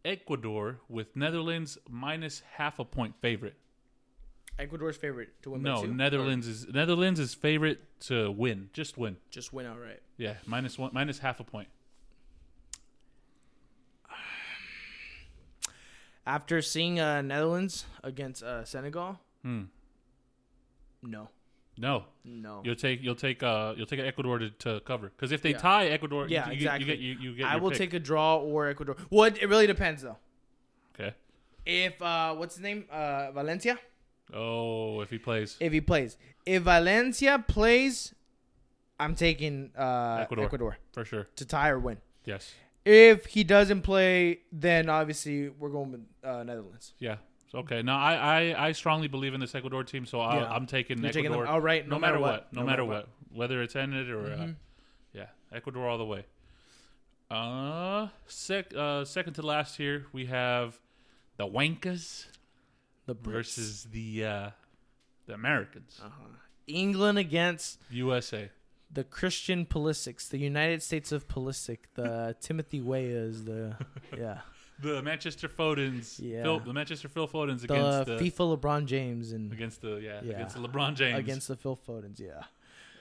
Ecuador with Netherlands minus half a point favorite. Ecuador's favorite to win. by No, two? Netherlands is Netherlands is favorite to win. Just win. just win outright. Yeah, minus one, minus half a point. After seeing uh, Netherlands against uh, Senegal, Hmm. no, No, no. you'll take you'll take uh you'll take Ecuador to, to cover because if they Yeah. tie Ecuador, you, Yeah, you, exactly. You get you, you get. I your will pick. take a draw or Ecuador. Well, it, it really depends though. Okay. If uh, what's his name, uh, Valencia, Oh, if he plays, if he plays, if Valencia plays, I'm taking uh, Ecuador. Ecuador. for sure. to tie or win. Yes. If he doesn't play, then obviously we're going with uh, Netherlands. Yeah. So, Okay. No, I, I, I strongly believe in this Ecuador team, so I, Mm-hmm. Yeah. I'm taking You're taking Ecuador. them outright, no, matter, what. No, matter, what. Whether it's ended or, uh, Mhm. yeah, Ecuador all the way. Uh, sec, uh, second to last here, we have the Wankas The Brits. versus the uh, the Americans. Uh-huh. England against USA. the Christian Polisics, the United States of Polisic, the (laughs) Timothy Weahs, the yeah, The Manchester Fodens. Yeah. Phil, the Manchester Phil Fodens the, against the FIFA LeBron James and against the yeah, Yeah. against the LeBron James. against the Phil Fodens. Yeah,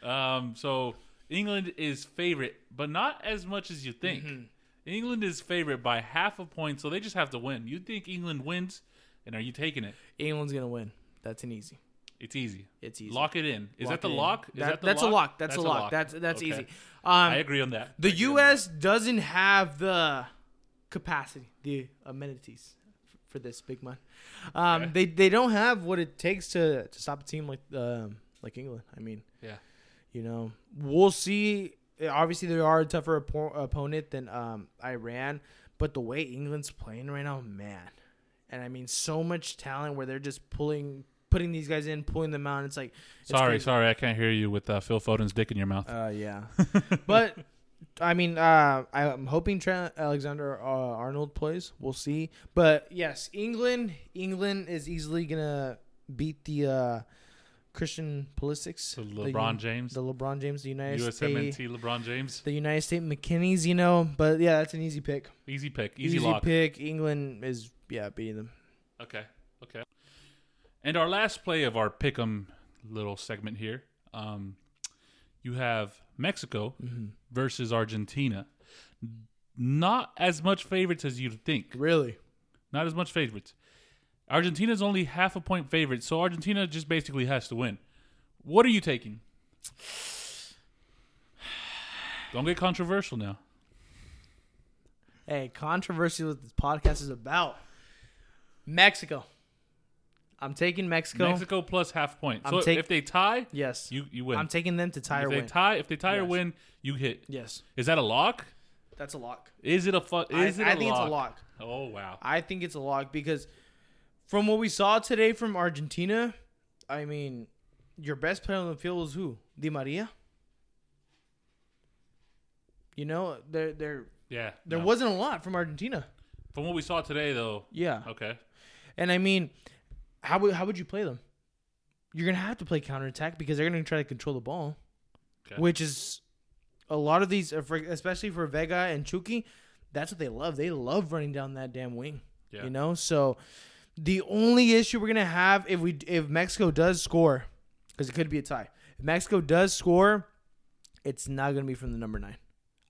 Um, so England is favorite, but not as much as you think. Mm-hmm. England is favorite by half a point, so they just have to win. You think England wins, and are you taking it? England's gonna win. That's an easy. It's easy. It's easy. Lock it in. Is that the it in. lock? Is That- the that's a lock. That's, a lock. That's that's Okay. easy. I Um, agree on that. the I agree on U.S. doesn't have the capacity, the amenities f- for this big man. Um, They they don't have what it takes to, to stop a team like um, like England. I mean, Yeah. you know, we'll see. Obviously, they are a tougher oppo- opponent than um, Iran, but the way England's playing right now, man, and I mean, so much talent where they're just pulling, putting these guys in, pulling them out. It's like, it's Sorry, crazy. sorry, I can't hear you with uh, Phil Foden's dick in your mouth. Uh, (laughs) yeah. but I mean, uh, I'm hoping Trent Alexander uh, Arnold plays. We'll see. But yes, England, England is easily gonna beat the uh, Christian Pulisic, So the LeBron Un- James, the LeBron James, the United States, USMNT LeBron James, the United States McKinney's. You know, but yeah, that's an easy pick. easy pick, easy, lock. pick. England is yeah beating them. Okay, okay. And our last play of our pick'em little segment here, um, you have Mexico Mm-hmm. versus Argentina. Not as much favorites as you'd think. Really? Not as much favorites. Argentina's only half a point favorite, so Argentina just basically has to win. What are you taking? Don't get controversial now. Hey, controversy is what this podcast is about. Mexico. I'm taking Mexico. Mexico plus half point. I'm So take- if they tie, Yes. you you win. I'm taking them to tie if or they win. tie, if they tie or Yes. win, you hit. yes, Is that a lock? that's a lock. Is it a fu- is I, it I a think lock? it's a lock. Oh wow. I think it's a lock because from what we saw today from Argentina, I mean, your best player on the field was who? Di Maria. You know, there there Yeah. there no. wasn't a lot from Argentina. From what we saw today though. Yeah, Okay. and I mean, how would how would you play them? You're gonna have to play counterattack because they're gonna try to control the ball, Okay. which is a lot of these, especially for Vega and Chucky. That's what they love. They love running down that damn wing. Yeah. You know, so the only issue we're gonna have if we if Mexico does score, because it could be a tie. If Mexico does score, it's not gonna be from the number nine.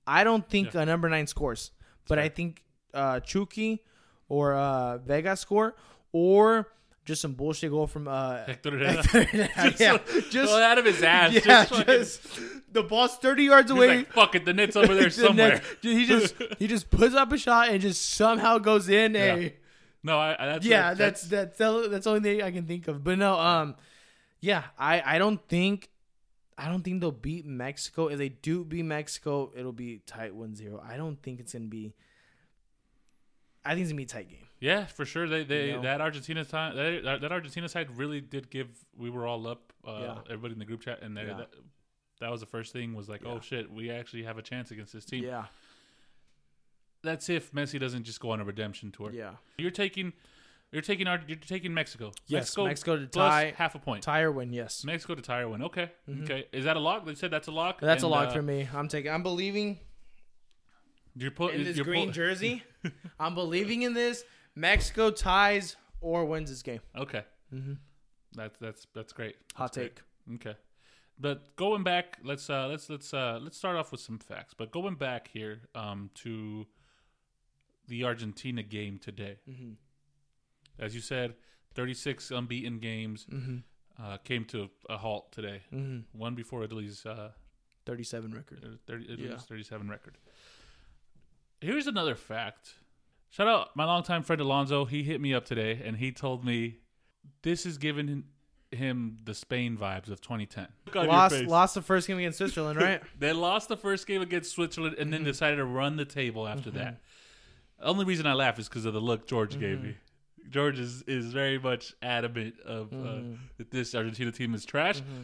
I don't think Yeah. a number nine scores, but I fair. think uh, Chucky or uh, Vega score, or just some bullshit goal (laughs) from uh, Hector (laughs) Herrera. just, yeah, just, well, out of his ass. yeah, just fucking, just- the ball's thirty yards he's away. like, fuck it, the net's (laughs) over there The somewhere. next- he just he just puts up a shot and just somehow goes in. Yeah. A, No, I, I- that's yeah, that's, that's that's the- that's the only thing I can think of. But no, um, yeah, I I don't think. I don't think they'll beat Mexico. If they do beat Mexico, it'll be tight 1-0. I don't think it's gonna be. I think it's gonna be a tight game. yeah, for sure. They they You know? that Argentina time that, that Argentina side really did give. We were all up, uh, Yeah. everybody in the group chat, and they, Yeah. that, that was the first thing was like, Yeah. oh shit, we actually have a chance against this team. Yeah, That's if Messi doesn't just go on a redemption tour. yeah. You're taking, you're taking Ar- you're taking Mexico. Yes, Mexico to plus tie- half a point. Tire win, yes. Mexico to tie or win. Okay, okay. Is that a lock? They said that's a lock. Mm-hmm. That's a And, lock uh, for me. I'm taking. I'm believing You're put, in this you're green pull- (laughs) jersey. I'm believing in this. Mexico ties or wins this game. Okay, that's that's that's great. Hot Mm-hmm. That's great. take. Okay. But going back, let's uh let's let's uh let's start off with some facts. But going back here um to the Argentina game today. Mm-hmm. As you said, 36 unbeaten games Mm-hmm. uh, came to a halt today. One before Italy's uh 37 Mm-hmm. record. 30, Italy's Yeah. 37 record. Here's another fact. Shout out my longtime friend Alonzo. He hit me up today and he told me this is giving him the Spain vibes of 2010. Look on your Lost face. lost the first game against Switzerland, (laughs) right? They lost the first game against Switzerland and then decided to run the table after that. Only reason I laugh is because of the look George gave me. George is, is very much adamant of uh, that this Argentina team is trash. Mm-hmm.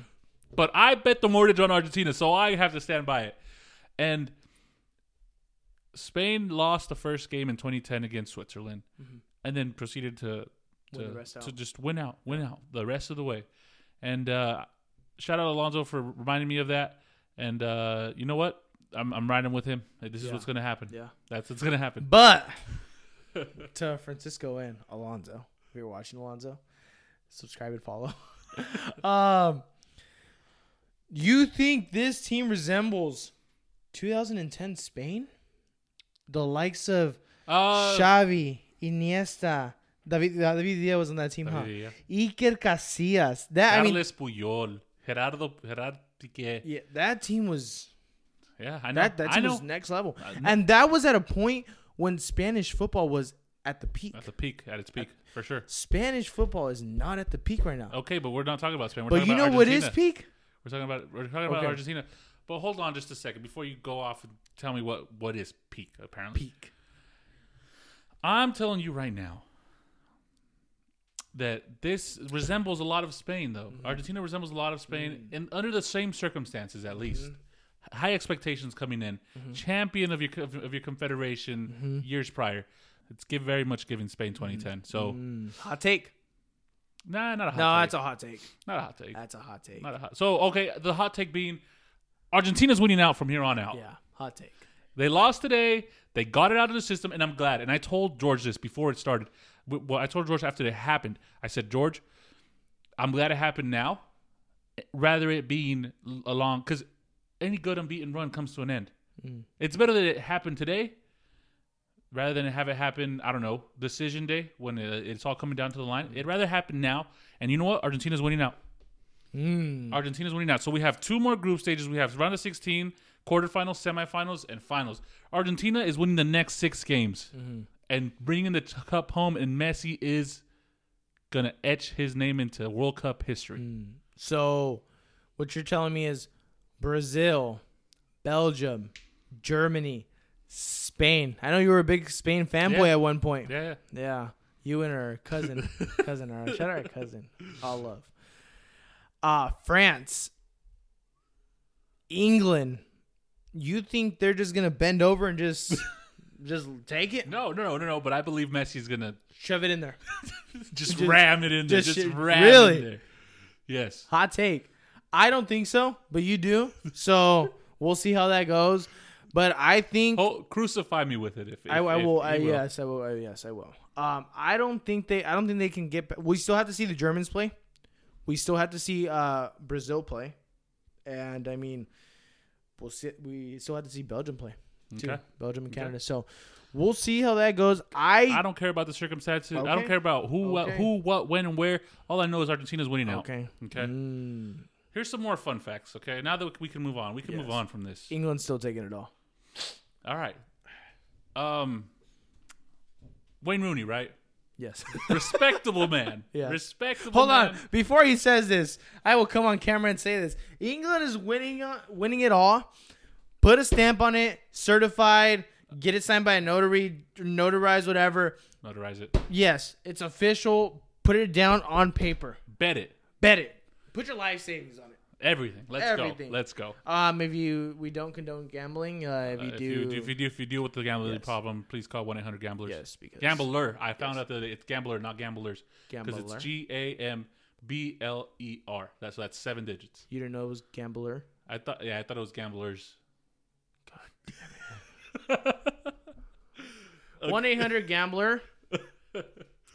But I bet the mortgage on Argentina, so I have to stand by it. And Spain lost the first game in 2010 against Switzerland, and then proceeded to Mm-hmm. Win the to, rest to out. just win out, win out the rest of the way. And uh, shout out Alonso for reminding me of that. And uh, you know what? I'm I'm riding with him. This is Yeah. what's gonna happen. yeah. That's what's gonna (laughs) happen. But (laughs) to Francisco and Alonzo, if you're watching Alonzo, subscribe (laughs) and follow. um, you think this team resembles 2010 Spain? The likes of Uh, Xavi, Iniesta, David uh, David Villa was on that team, huh? David Iker Casillas. That I mean, Carles Puyol, Gerardo Gerard Piqué. yeah, that team was Yeah, I know. that that I team know. Uh, was next level, and that was at a point when Spanish football was at the peak. At the peak, at its peak, for sure. Spanish football is not at the peak right now. Okay, but we're not talking about Spain. Oh, We're but talking you know about what is Argentina. peak? We're talking about we're talking about Okay. Argentina. But hold on just a second before you go off and tell me what what is peak apparently. Peak. I'm telling you right now that this resembles a lot of Spain though. Mm-hmm. Argentina resembles a lot of Spain and under the same circumstances at least. Mm-hmm. High expectations coming in. Champion of your co- of your confederation Mm-hmm. years prior. It's give very much giving Spain 2010. So Hot take. nah, not a hot No, take. that's a hot take. not a hot take. That's a hot take. Not a hot. So okay, the hot take being Argentina's winning out from here on out. Yeah, hot take. They lost today. They got it out of the system, and I'm glad. And I told George this before it started. W- Well, I told George after it happened. I said, George, I'm glad it happened now, rather it being l- along because any good unbeaten run comes to an end. It's better that it happened today rather than have it happen. I don't know decision day when uh, it's all coming down to the line. It'd rather happen now. And you know what? Argentina's winning out. Hmm. Mm. Argentina's winning out. So we have two more group stages. We have round of 16, quarterfinals, semifinals, and finals. Argentina is winning the next six games Mm-hmm. and bringing the t- cup home. And Messi is gonna etch his name into World Cup history. Mm. So, what you're telling me is Brazil, Belgium, Germany, Spain. I know you were a big Spain fanboy Yeah. at one point. Yeah. Yeah, yeah. You and her cousin, cousin, or shout out her cousin. All love. Uh, France, England. You think they're just gonna bend over and just, just take it, No, no, no, no, no. But I believe Messi's (laughs) gonna shove it in there? just, ram it in there. just Just, shit- ram really? it in there. Yes. Hot take. I don't think so, but you do. So we'll see how that goes. But I think Oh, crucify me with it if, if I, I if will. you I, Yes, I will. I, yes, I will. Um, I don't think they. I don't think they can get. ba- We still have to see the Germans play. We still have to see uh, Brazil play, and I mean, we'll see. We still have to see Belgium play. Too. Okay. Belgium and Canada. So we'll see how that goes. I, I don't care about the circumstances. I Okay. don't care about who, uh, Okay. who, what, when, and where. All I know is Argentina's winning out. okay. Mm. Okay. Here's some more fun facts. Okay. Now that we can move on, we can move Yes. on from this. England's still taking it all. All right. Um, Wayne Rooney, (laughs) right? (laughs) Yes. Respectable man. Yeah. Respectable. Hold man. on. Before he says this, I will come on camera and say this. England is winning uh, winning it all. Put a stamp on it, certified, get it signed by a notary, notarized whatever. Notarize it. Yes, it's official. Put it down on paper. Bet it. Bet it. Put your life savings on it. Everything. Let's Everything. go. Let's go. Um, if you we don't condone gambling. Uh, if you Uh, do, if, you, if you do, if you deal with the gambling Yes. problem, please call one eight hundred gamblers. yes, because Gambler. I found out that it's gambler, not gamblers, because Gambler. it's G A M B L E R. That's that's seven digits. You didn't know it was gambler. I thought, yeah, I thought it was gamblers. One eight (laughs) hundred gambler.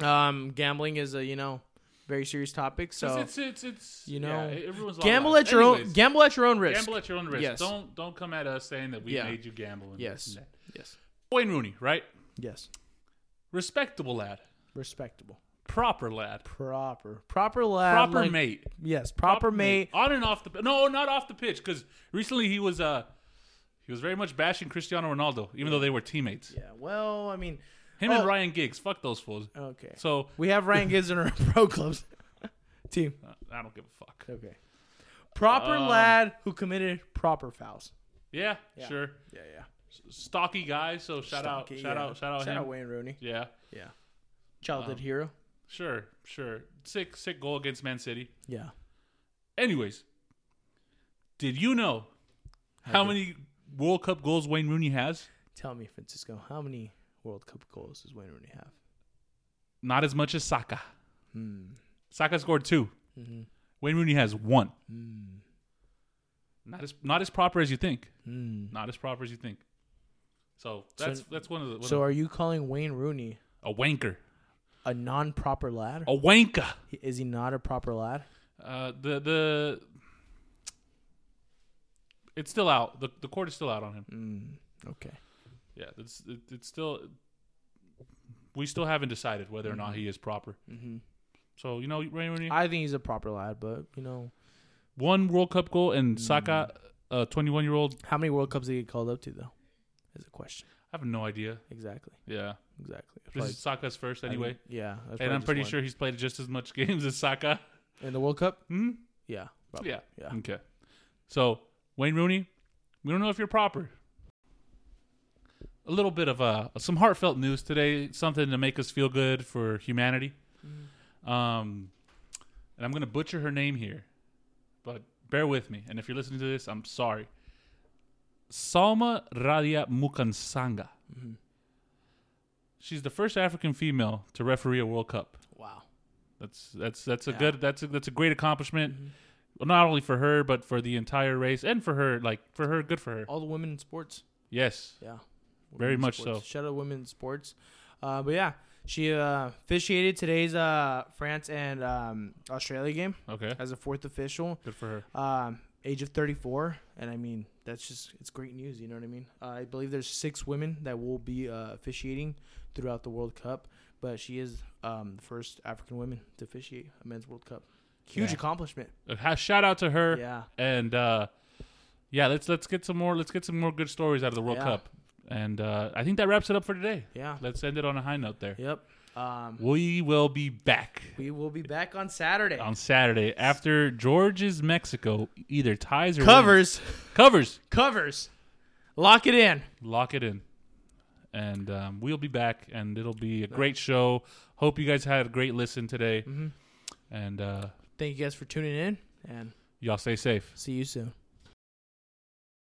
Um, gambling is a you know very serious topic. So it's, it's, it's, you yeah, know, it ruins a lot of gamble lives. at your own Anyways, gamble at your own risk. Gamble at your own risk. Yes. Don't don't come at us saying that we Yeah. made you gamble. and Yes. this and that. Yes. Wayne Rooney, right? Yes. Respectable lad, Respectable. proper lad, Proper. Proper lad. proper like- mate, Yes. Proper, mate. on and off the no, not off the pitch. Because recently he was uh he was very much bashing Cristiano Ronaldo, even though they were teammates. Yeah. Well, I mean, Him Oh. and Ryan Giggs, fuck those fools. okay. So we have Ryan Giggs in our (laughs) pro clubs team. uh, I don't give a fuck. Okay. Proper Um, lad who committed proper fouls. Yeah, Yeah. sure. Yeah, yeah. Stocky guy. So shout Stonky, out, shout yeah. out, shout out Shout him. out Wayne Rooney. yeah, Yeah. Childhood Um, hero. sure, sure. Sick, sick goal against Man City. Yeah. Anyways, did you know how many World Cup goals Wayne Rooney has? Tell me, Francisco, how many World Cup goals does Wayne Rooney have? Not as much as Saka. Hmm. Saka scored 2 Mm-hmm. Wayne Rooney has one. Not as not as proper as you think. Hmm. Not as proper as you think. So that's that's one of the one So of are you calling Wayne Rooney the- a wanker, a non proper lad? a wanker. Is he not a proper lad? Uh, the the it's still out. The the court is still out on him. Okay. Yeah, it's it, it's still we still haven't decided whether or not he is proper. So you know, Wayne Rooney, I think he's a proper lad, but you know, one World Cup goal and Saka, uh, a twenty-one year old. how many World Cups did he get called up to though? Is a question. I have no idea. Exactly. Yeah, Exactly. It's this probably- is Saka's first I think- anyway, yeah. that's probably and I'm just pretty one. sure he's played just as much (laughs) games as Saka. in the World Cup. Hmm? Yeah. probably. Yeah. Yeah. Okay. So Wayne Rooney, we don't know if you're proper. A little bit of uh, some heartfelt news today, something to make us feel good for humanity. Mm-hmm. Um, and I'm gonna butcher her name here, but bear with me. And if you're listening to this, I'm sorry. Salma Radia Mukansanga. She's the first African female to referee a World Cup. Wow. That's that's that's a Yeah. good that's a, that's a great accomplishment. Mm-hmm. Well, not only for her but for the entire race and for her like for her good for her. All the women in sports. Yes. Yeah. Very Women's much sports. so. Shout out women in sports. Uh, but yeah, she uh, officiated today's uh, France and um, Australia game Okay. as a fourth official, Good for her. um, age of 34. And I mean, that's just, it's great news. You know what I mean? Uh, I believe there's six women that will be uh, officiating throughout the World Cup, but she is um, the first African woman to officiate a men's World Cup. Huge Yeah. accomplishment. Uh, ha- Shout out to her. Yeah. And uh, yeah, let's let's get some more let's get some more good stories out of the World Yeah. Cup. And uh, I think that wraps it up for today. Yeah. Let's end it on a high note there. Yep. Um, We will be back we will be back on Saturday. on Saturday after George's Mexico either ties or Covers. wins. covers. Covers. Lock it in. lock it in and um, we'll be back and it'll be a great show hope you guys had a great listen today and uh, Mm-hmm. Thank you guys for tuning in and y'all stay safe see you soon.